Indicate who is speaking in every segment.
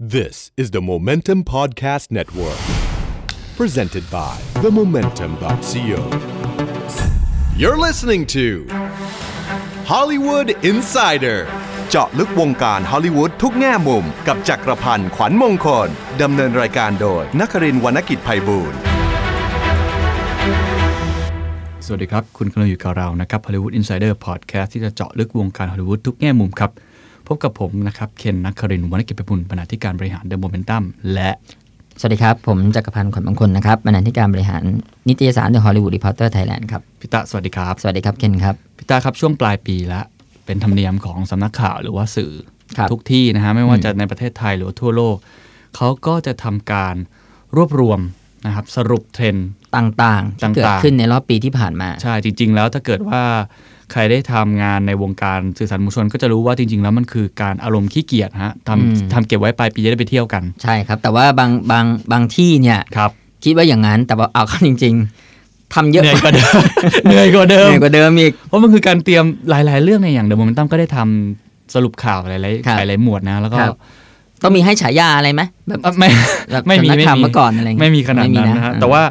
Speaker 1: This is the Momentum Podcast Network, presented by themomentum.co. You're listening to Hollywood Insider เจาะลึกวงการฮอลลีวูดทุกแง่มุม กับจักรพันธ์ขวัญมงคล ดำเนินรายการโดยนักรินทร์วรรณกิจไพบูลย์
Speaker 2: สวัสดีครับ คุณกำลังอยู่กับเรานะครับ Hollywood Insider Podcast ที่จะเจาะลึกวงการฮอลลีวูดทุกแง่มุมครับ พบกับผมนะครับ เคนนักครินทร์วรรณกิจไพบุญบรรณาธิการบริหารเดอะโมเมนตัมและ
Speaker 3: สวัสดีครับ ผมจักรพันธ์ขวัญมงคลนะครับบรรณาธิการบริหารนิตยสาร The Hollywood Reporter Thailand ครับ
Speaker 2: พิตาสวัสดีครับ
Speaker 3: สวัสดีครับ เคนครับ
Speaker 2: พิตาครับช่วงปลายปีละ เป็นธรรมเนียมของสำนักข่าวหรือว่าสื่อ
Speaker 3: ครับ
Speaker 2: ทุกที่นะฮะไม่ว่าจะในประเทศไทยหรือว่าทั่วโลก เขาก็จะทำการรวบรวมนะครับสรุปเทรนด์
Speaker 3: ต่างๆที่เกิด
Speaker 2: ต่างๆ
Speaker 3: ขึ้นในรอบปีที่ผ่านมา
Speaker 2: ใช่จริง ๆ แล้วถ้าเกิดว่าใครได้ทำงานในวงการสื่อสารมวลชน ก็จะรู้ว่าจริง ๆ แล้วมันคือการอารมณ์ขี้เกียจฮะ
Speaker 3: อืม
Speaker 2: ทำทำเก็บไว้ปลายปีจะได้ไปเที่ยวกัน
Speaker 3: ใช่ครับ แต่ว่าบางบางบางที่เนี่ย
Speaker 2: ครับ
Speaker 3: คิดว่าอย่างนั้น แต่ว่าเอาเข้าจริง ๆทำเยอะ
Speaker 2: เหนื่อยกว่าเดิม เหนื่อยกว่าเดิ
Speaker 3: เห
Speaker 2: ม
Speaker 3: นื่อยกว่าเดิมอีก
Speaker 2: เพราะมันคือการเตรียมหลาย ๆ เรื่องในยอย่างเดอะโมเมนตัมก็ได้ทำสรุปข่าวหลาย
Speaker 3: ครับ
Speaker 2: ๆหลายๆหมวดนะ แล้วก็
Speaker 3: ครับ ต้องมีให้ฉายาอะไรไหมแบบ
Speaker 2: เอ่อไม่
Speaker 3: แบบ
Speaker 2: ไม่มี
Speaker 3: สำนัก
Speaker 2: ไม่
Speaker 3: ข่าว
Speaker 2: มี
Speaker 3: เมื่อก่อนอะไรอย่างเงี้
Speaker 2: ไม่
Speaker 3: ย
Speaker 2: มีขนาดนั้นนะฮะ
Speaker 3: ไม่มี
Speaker 2: แต่ว่า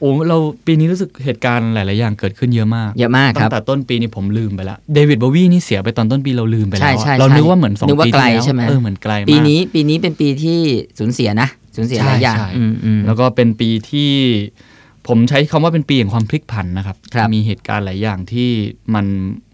Speaker 2: โอ้เราปีนี้รู้สึกเหตุการณ์หลาย ๆ อย่างเกิดขึ้นเยอะมาก
Speaker 3: เยอะมากค
Speaker 2: ตั้
Speaker 3: รับ
Speaker 2: งแต่ต้นปีนี่ผมลืมไปละเดวิดบวีนี่เสียไปตอนต้นปีเราลืมไปแล้ว
Speaker 3: ใช่
Speaker 2: อะ
Speaker 3: ใช่
Speaker 2: เรา
Speaker 3: ใช่
Speaker 2: นึกว่าเหมือนสอง
Speaker 3: นึกว่า
Speaker 2: ปี
Speaker 3: ไกล
Speaker 2: ที่แล้ว
Speaker 3: ใช่ไหม
Speaker 2: เออเหมือนไกลมาก
Speaker 3: ปีนี้ปีนี้เป็นปีที่สูญเสียนะสูญเสียหลายอย่าง
Speaker 2: ใช่ใช่
Speaker 3: อืมอืม
Speaker 2: แล้วก็เป็นปีที่ผมใช้คำว่าเป็นปีแห่งความพลิกผันนะครับ
Speaker 3: ครับ
Speaker 2: มีเหตุการณ์หลายอย่างที่มัน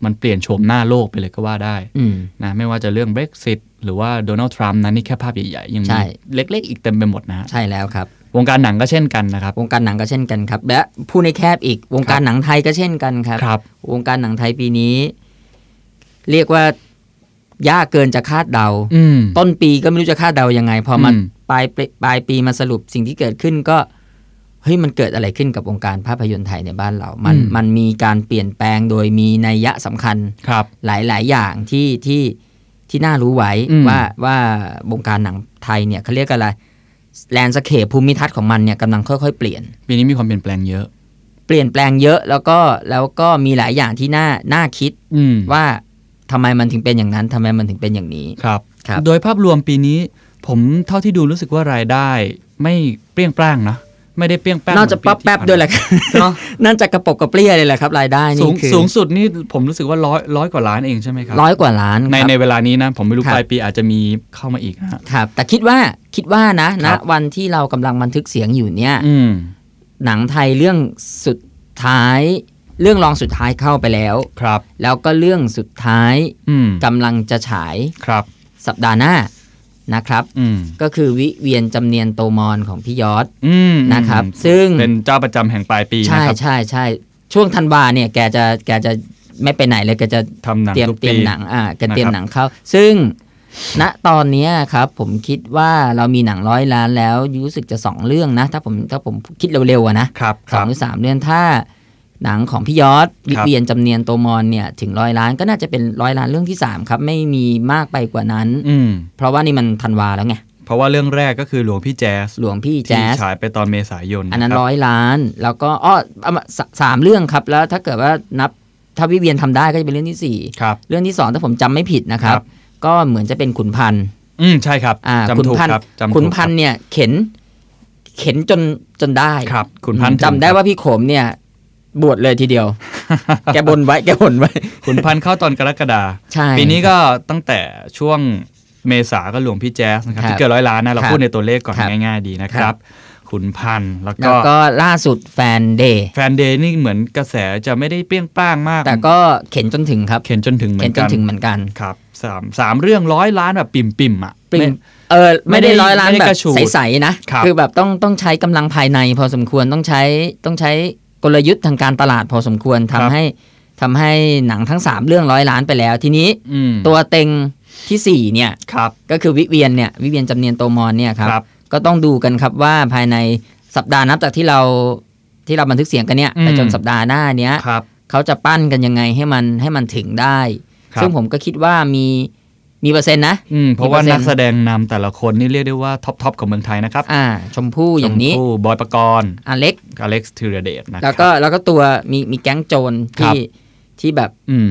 Speaker 2: มันเปลี่ยนโฉมหน้าโลกไปเลยก็ว่าได้
Speaker 3: อืม
Speaker 2: นะไม่ว่าจะเรื่อง Brexit หรือว่าโดนัลด์ทรัมป์นะนี่แค่ภาพใหญ่ๆ ยัง
Speaker 3: ใช่
Speaker 2: มีเล็กๆ อีกเต็มไปหมดนะฮะ
Speaker 3: ใช่แล้วครับ
Speaker 2: วงการหนังก็เช่นกันนะครับ
Speaker 3: วงการหนังก็เช่นกันครับ และผู้ในแคบอีกวงการหนังไทยก็เช่นกันครับ
Speaker 2: ครับ
Speaker 3: วงการหนังไทยปีนี้ เรียกว่ายากเกินจะคาดเดา
Speaker 2: อืม
Speaker 3: ต้นปีก็ไม่รู้จะคาดเดายังไง พอมา
Speaker 2: อืม
Speaker 3: ปลายปีปลายปีมาสรุปสิ่งที่เกิดขึ้นก็เฮ้ยมันเกิดอะไรขึ้นกับวงการภาพยนตร์ไทยในบ้านเรา มันมันมีการเปลี่ยนแปลงโดยมีนัยยะสำคัญ
Speaker 2: ครับ
Speaker 3: หลาย ๆ อย่างที่ที่ที่น่ารู้ไว้
Speaker 2: อืม
Speaker 3: ว่าว่าวงการหนังไทยเนี่ยเขาเรียกอะไรแลนสเคปภูมิทัศน์ของมันเนี่ยกำลังค่อย ๆ เปลี่ยน
Speaker 2: ปีนี้มีความเปลี่ยนแปลงเยอะ
Speaker 3: เปลี่ยนแปลงเยอะแล้วก็แล้วก็มีหลายอย่างที่น่าน่าคิด
Speaker 2: อืม
Speaker 3: ว่าทำไมมันถึงเป็นอย่างนั้นทำไมมันถึงเป็นอย่างนี้
Speaker 2: ครับ
Speaker 3: ครับ
Speaker 2: โดยภาพรวมปีนี้ ผมเท่าที่ดูรู้สึกว่ารายได้ ไม่เปรี้ยงปร้างนะไม่ได้เปรี้ยงแป้ง
Speaker 3: นอกจากป๊อปแป๊บด้วยแหละครับ
Speaker 2: เนาะ
Speaker 3: นั่นจากกระปกกระเปรี้ยเลยแหละครับ รายได้
Speaker 2: สู
Speaker 3: นี่
Speaker 2: ง
Speaker 3: คือ
Speaker 2: สูงสุดนี่ผมรู้สึกว่าร้อยร้อยกว่าล้านเองใช่ไหมครับ
Speaker 3: ร้อยกว่าล้าน
Speaker 2: ใน
Speaker 3: ครับ
Speaker 2: ในเวลานี้นะ ผมไม่รู้
Speaker 3: ครับ
Speaker 2: ปลายปีอาจจะมีเข้ามาอีกนะฮะ
Speaker 3: ครับ แต่คิดว่าคิดว่านะ
Speaker 2: ครั
Speaker 3: นะ
Speaker 2: บ
Speaker 3: วันที่เรากำลังบันทึกเสียงอยู่เนี่ย
Speaker 2: อืม
Speaker 3: หนังไทยเรื่องสุดท้าย เรื่องรองสุดท้ายเข้าไปแล้ว
Speaker 2: ครับ
Speaker 3: แล้วก็เรื่องสุดท้าย
Speaker 2: อืม
Speaker 3: กำลังจะฉาย
Speaker 2: ครับ
Speaker 3: สัปดาห์หน้านะครับ
Speaker 2: อืม
Speaker 3: ก็คือวิเวียนจำเนียนโตมอนของพี่ยอด
Speaker 2: อืม
Speaker 3: นะครับ
Speaker 2: อืม
Speaker 3: ซึ่ง
Speaker 2: เป็นเจ้าประจำแห่งปลายปี
Speaker 3: ใช่
Speaker 2: นะครับ
Speaker 3: ใช่ใช่ช่วงธันวาเนี่ยแกจะแกจะไม่ไปไหนเลยแกจะ
Speaker 2: ทำหนัง
Speaker 3: เตรียม
Speaker 2: ทุก
Speaker 3: เตรีย
Speaker 2: ปี
Speaker 3: มหนังอ่าแก
Speaker 2: นะครับ
Speaker 3: เตรียมหนังเข้า ซึ่งณตอนเนี้ยครับ ผมคิดว่าเรามีหนังร้อยล้านแล้วรู้สึกจะสองเรื่องนะ ถ้าผมถ้าผมคิดเร็วๆอะนะครับ
Speaker 2: ค
Speaker 3: สอ
Speaker 2: รับ
Speaker 3: งหรือสามเรื่องถ้าหนังของพี่ยอดวิ
Speaker 2: ครับ
Speaker 3: เวียนจำเนียนโตมอนเนี่ยถึงร้อยล้านก็น่าจะเป็นร้อยล้านเรื่องที่สามครับ ไม่มีมากไปกว่านั้น
Speaker 2: อืม
Speaker 3: เพราะว่านี่มันธันวาแล้วไง
Speaker 2: เพราะว่าเรื่องแรกก็คือหลวงพี่แจ๊ส
Speaker 3: หลวงพี่
Speaker 2: ที่
Speaker 3: แจ๊ส
Speaker 2: ฉายไปตอนเมษายน
Speaker 3: อันนั้น
Speaker 2: คบ
Speaker 3: ร้อยล้าน แล้วก็อ้อเอามาสสามเรื่องครับ แล้วถ้าเกิดว่านับถ้าวิเวียนทำได้ก็จะเป็นเรื่องที่สี่
Speaker 2: ครับ
Speaker 3: เรื่องที่สองถ้าผมจำไม่ผิดนะครั
Speaker 2: ครับ บ
Speaker 3: ก็เหมือนจะเป็นขุนพันธ์
Speaker 2: อืมใช่ครับ
Speaker 3: อ่าขุ
Speaker 2: จำ
Speaker 3: น
Speaker 2: ถูก
Speaker 3: พันธ์
Speaker 2: ครับจำถูก
Speaker 3: ขุนพันธ์เนี่ยเข็น เข็นจนจนได้
Speaker 2: ครับขุนพันธ์
Speaker 3: จำได้ว่าพี่โขมเนี่ย บวชเลยทีเดียว แกบนไว้แกบนไว้
Speaker 2: ขุนพันธ์เข้าตอนกรกฎา
Speaker 3: ใช่
Speaker 2: ปีนี้ก็ตั้งแต่ช่วงเมษาก็หลวงพี่แจ๊สนะครับ
Speaker 3: ครับ
Speaker 2: ที่เกิดร้อยล้านนะเรา
Speaker 3: ครับ
Speaker 2: พูดในตัวเลขก่อน
Speaker 3: ครับ
Speaker 2: ง่ายๆดีนะค
Speaker 3: ครั
Speaker 2: รับ
Speaker 3: บ
Speaker 2: ขุนพันธุ์แล้ว
Speaker 3: แล้
Speaker 2: ก็
Speaker 3: วก็ล่าสุดแฟนเดย์
Speaker 2: แฟนเดย์นี่เหมือนกระแสจะไม่ได้เปรี้ยงป้างมาก
Speaker 3: แต่ก็เข็นจนถึงครับ
Speaker 2: เข็นจนถึงเหมื
Speaker 3: เข็
Speaker 2: อน น
Speaker 3: จ
Speaker 2: กัน น
Speaker 3: ถึงเหมือนกัน
Speaker 2: ครับสามสามเรื่องร้อยล้านแบบปิ่มปิ่มๆอ่ะ
Speaker 3: ปริ
Speaker 2: ไม่
Speaker 3: งเออไม่ได้
Speaker 2: ไม่ได้
Speaker 3: ร้อยล้าน
Speaker 2: ไม่ได้
Speaker 3: แบ
Speaker 2: ก
Speaker 3: บ
Speaker 2: ระฉูด
Speaker 3: ใสๆนะครับ อแบบต้องต้องใช้กำลังภายในพอสมควรต้องใช้ต้องใช้กลยุทธ์ทางการตลาดพอสมควรทำให้ทำให้หนังทั้ง 3 เรื่องร้อยล้านไปแล้ว ทีนี้
Speaker 2: อืม
Speaker 3: ตัวเต็งทีสี่4เนี่ย
Speaker 2: ครับ
Speaker 3: ก็คือวิเวียนเนี่ยวิเวียนจำเนียนโตมอนเนี่ยครับ
Speaker 2: ครับ
Speaker 3: ก็ต้องดูกันครับว่าภายในสัปดาห์นับจากที่เราที่เราบันทึกเสียงกันเนี่ย
Speaker 2: อืม
Speaker 3: ไปจนสัปดาห์หน้าเนี้ย
Speaker 2: ครับ
Speaker 3: เขาจะปั้นกันยังไงให้มันให้มันถึงได้
Speaker 2: ครับ
Speaker 3: ซึ่งผมก็คิดว่ามีมีเปอร์เซ็นต์นะ
Speaker 2: อืมเพราะว่า
Speaker 3: เปอร์เซ็นต์
Speaker 2: นักแสดงนำแต่ละคนนี่เรียกได้ว่าท็อปทอปของเมืองไทยนะครับ
Speaker 3: อ่า ชมพู่อย่างนี้
Speaker 2: ชมพู่บอยปกรณ์
Speaker 3: อเล็ก
Speaker 2: อเล็กซ์ธีรเดชนะครั
Speaker 3: แล้ว
Speaker 2: บ
Speaker 3: ก็แล้วก็ตัวมีมีแก๊งโจร
Speaker 2: ครับ
Speaker 3: ที่ที่แบบ
Speaker 2: อืม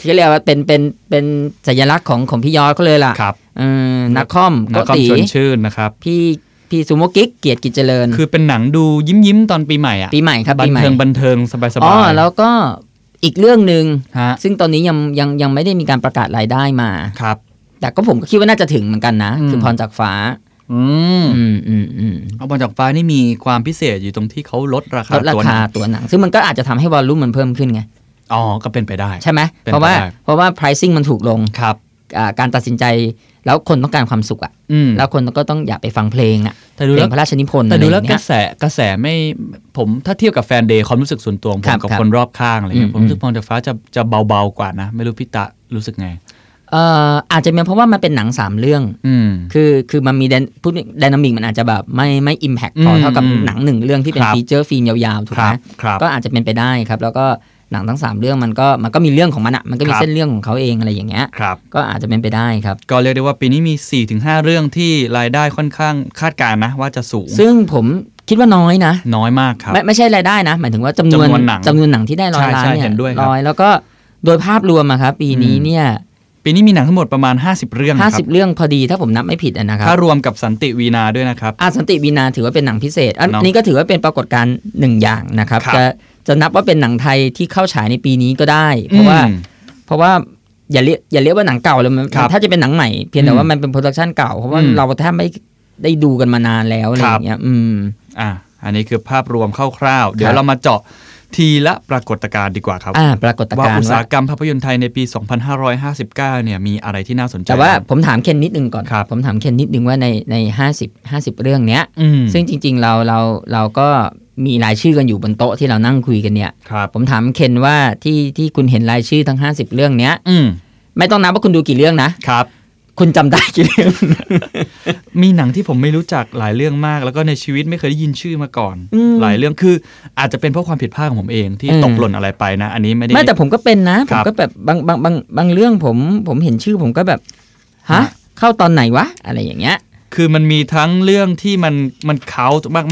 Speaker 3: ที่เรียกว่าเป็นเป็นเป็นสัญลักษณ์ของของพี่ยอดเขาเลยล่ะ
Speaker 2: ครับ
Speaker 3: เออนักคอม
Speaker 2: นั
Speaker 3: โก็
Speaker 2: กคอม
Speaker 3: ตี
Speaker 2: ชวนชื่นนะครับ
Speaker 3: พี่พี่ซูโมกิกเกียรติกิจเจริญ
Speaker 2: คือเป็นหนังดูยิ้มยิ้มๆตอนปีใหม่อ่ะ
Speaker 3: ปีใหม่ครับ
Speaker 2: บั
Speaker 3: ปี
Speaker 2: น
Speaker 3: ใหม่
Speaker 2: เทิงบันเทิงสบายสบาย
Speaker 3: อ๋อแล้วก็อีกเรื่องหนึ่ง
Speaker 2: ฮะ
Speaker 3: ซึ่งตอนนี้ยังยังยังไม่ได้มีการประกาศรายได้มา
Speaker 2: ครับ
Speaker 3: แต่ก็ผมก็คิดว่าน่าจะถึงเหมือนกันนะ
Speaker 2: อืม
Speaker 3: คือพรจากฟ้า
Speaker 2: อืม
Speaker 3: อืมอืมอืม
Speaker 2: เอาบอลจากฟ้านี่มีความพิเศษอยู่ตรงที่เขาลดราคา
Speaker 3: ลดรา
Speaker 2: ตัวหนั
Speaker 3: คาง ตัวหนัง ซึ่งมันก็อาจจะทำให้วอลลุ่มมันเพิ่มขึ้นไง
Speaker 2: อ๋อก็เป็นไปได้
Speaker 3: ใช่ไหม
Speaker 2: เป็น
Speaker 3: เพราะว่า
Speaker 2: ไปได้
Speaker 3: เพราะว่า pricing มันถูกลง
Speaker 2: ครับ
Speaker 3: อ่าการตัดสินใจแล้วคนต้องการความสุขอะ
Speaker 2: อืม
Speaker 3: แล้วคนก็ต้องอยากไปฟังเพลงอะ
Speaker 2: แต่ดู
Speaker 3: เพล
Speaker 2: แล้
Speaker 3: ง
Speaker 2: ว
Speaker 3: พระราชนิพนธ์
Speaker 2: แต่ดูแล้ว
Speaker 3: อะไรอก ย่า
Speaker 2: ระ
Speaker 3: งเงี้ย
Speaker 2: แสกระแสไม่ผมถ้าเทียบกับแฟนเดย์ความรู้สึกส่วนตัวของผ
Speaker 3: ครั
Speaker 2: ม
Speaker 3: บ
Speaker 2: กับ
Speaker 3: ครับ
Speaker 2: คนรอบข้างอะไรเงี้
Speaker 3: อื
Speaker 2: ย
Speaker 3: ม
Speaker 2: ผมรู้สึ
Speaker 3: อื
Speaker 2: ก
Speaker 3: ม
Speaker 2: พรจากฟ้าจะจะเบาๆกว่านะ ไม่รู้พี่ตะรู้สึกไง
Speaker 3: เอ่ออาจจะเป็นเพราะว่ามันเป็นหนังสามเรื่อง
Speaker 2: อืม
Speaker 3: คือคือมันมีแดนพูดดนามิกมันอาจจะแบบไม่ไม่อิมแพคพอ
Speaker 2: อืม
Speaker 3: เท่ากับ
Speaker 2: อืม
Speaker 3: หนังหนึ่งเรื่องที่เป็น
Speaker 2: ครับ
Speaker 3: ฟีเจอร์ฟิล์มยาวๆถูก
Speaker 2: ค
Speaker 3: ไห
Speaker 2: รั
Speaker 3: ม
Speaker 2: บครับ
Speaker 3: ก็อาจจะเป็นไปได้ครับ แล้วก็หนังทั้งสามเรื่องมันก็มันก็มีเรื่องของมันอะมันก็มี
Speaker 2: ครับ
Speaker 3: เส้นเรื่องของเขาเองอะไรอย่างเงี้ย
Speaker 2: ครับ
Speaker 3: ก็อาจจะเป็นไปได้ครับ
Speaker 2: ก็เรียกได้ว่าปีนี้มี 4-5 เรื่องที่รายได้ค่อนข้างคาดการณ์นะ ว่าจะสูง
Speaker 3: ซึ่งผมคิดว่าน้อยนะ
Speaker 2: น้อยมากครับ
Speaker 3: ไม่ไม่ใช่รายได้นะ หมายถึงว่าจำนวน
Speaker 2: จำนวนหนัง
Speaker 3: จำนวนหนังที่ได้ร้อย
Speaker 2: ใช่
Speaker 3: ล้าน
Speaker 2: ใช่
Speaker 3: เนี่
Speaker 2: เห็
Speaker 3: ย
Speaker 2: นด้วยครับ
Speaker 3: ร้อยแล้วก็โดยภาพรวมอะครับปีนี้
Speaker 2: อืม
Speaker 3: เนี่ย
Speaker 2: ปีนี้มีหนังทั้งหมดประมาณ 50 เรื่อง
Speaker 3: ห้า
Speaker 2: นะครั
Speaker 3: สิ
Speaker 2: บบ
Speaker 3: เรื่องพอดีถ้าผมนับไม่ผิดอะนะครั
Speaker 2: ถ้า
Speaker 3: บ
Speaker 2: รวมกับสันติวีนาด้วยนะครับ
Speaker 3: อาสันติวีนาถือว่าเป็นหนังพิเศษ อัน
Speaker 2: เนาะ
Speaker 3: นี้ก็ถือว่าเป็นปรากฏการณ์หนึ่งอย่างนะครับ
Speaker 2: ครับ
Speaker 3: จะจะนับว่าเป็นหนังไทยที่เข้าฉายในปีนี้ก็ได้ เพราะว่า
Speaker 2: อืม
Speaker 3: เพราะว่าอย่าเรียกอย่าเรียกว่าหนังเก่าเลยมัน
Speaker 2: ครับ
Speaker 3: ถ้าจะเป็นหนังใหม่เพียงแต่
Speaker 2: อืม
Speaker 3: ว่ามันเป็นโปรดักชันเก่าเพราะว่า
Speaker 2: อืม
Speaker 3: เราแทบไม่ได้ดูกันมานานแล้วอะไรอ
Speaker 2: ครับ
Speaker 3: ย่างเงี้ยอืม
Speaker 2: อ่ะอันนี้คือภาพรวมคร่าวๆ เดี๋ยวเรามาเจาะทีละปรากฏการณ์ดีกว่าครับ
Speaker 3: อ่าปรากฏ
Speaker 2: ว่า
Speaker 3: การ
Speaker 2: อุ
Speaker 3: ณ์
Speaker 2: ตสาห
Speaker 3: ว่าก
Speaker 2: รรมภาพยนตร์ไทยในปี 2559 เนี่ยมีอะไรที่น่าสนใจ
Speaker 3: แต่ว่า
Speaker 2: บ้าง
Speaker 3: ผมถามเคนนิดนึงก่อน
Speaker 2: ครับ
Speaker 3: ผมถามเคนนิดนึงว่าในในห้าสิบห้าสิบเรื่องเนี้ย
Speaker 2: อืม
Speaker 3: ซึ่งจริงๆ เราเราเราก็มีรายชื่อกันอยู่บนโต๊ะที่เรานั่งคุยกันเนี่ย
Speaker 2: ครับ
Speaker 3: ผมถามเคนว่าที่ที่คุณเห็นรายชื่อทั้ง 50 เรื่องเนี้ย
Speaker 2: อืม
Speaker 3: ไม่ต้องนับว่าคุณดูกี่เรื่องนะ
Speaker 2: ครับ
Speaker 3: คุณจำได้กี่เรื่อง
Speaker 2: มีหนังที่ผมไม่รู้จักหลายเรื่องมาก แล้วก็ในชีวิตไม่เคยได้ยินชื่อมาก่อน
Speaker 3: อืม
Speaker 2: หลายเรื่องคืออาจจะเป็นเพราะความผิดพลาดของผมเองที่
Speaker 3: เออ
Speaker 2: ตกหล่นอะไรไปนะ อันนี้ไม่ได้
Speaker 3: ไม่แต่ผมก็เป็นนะ ผ
Speaker 2: ครั
Speaker 3: ม
Speaker 2: บ
Speaker 3: ก็แบบบางบางบางบางเรื่องผมผมเห็นชื่อผมก็แบบฮะ
Speaker 2: ฮะ
Speaker 3: เข้าตอนไหนวะ อะไรอย่างเงี้ย
Speaker 2: คือมันมีทั้งเรื่องที่มันมันเค้า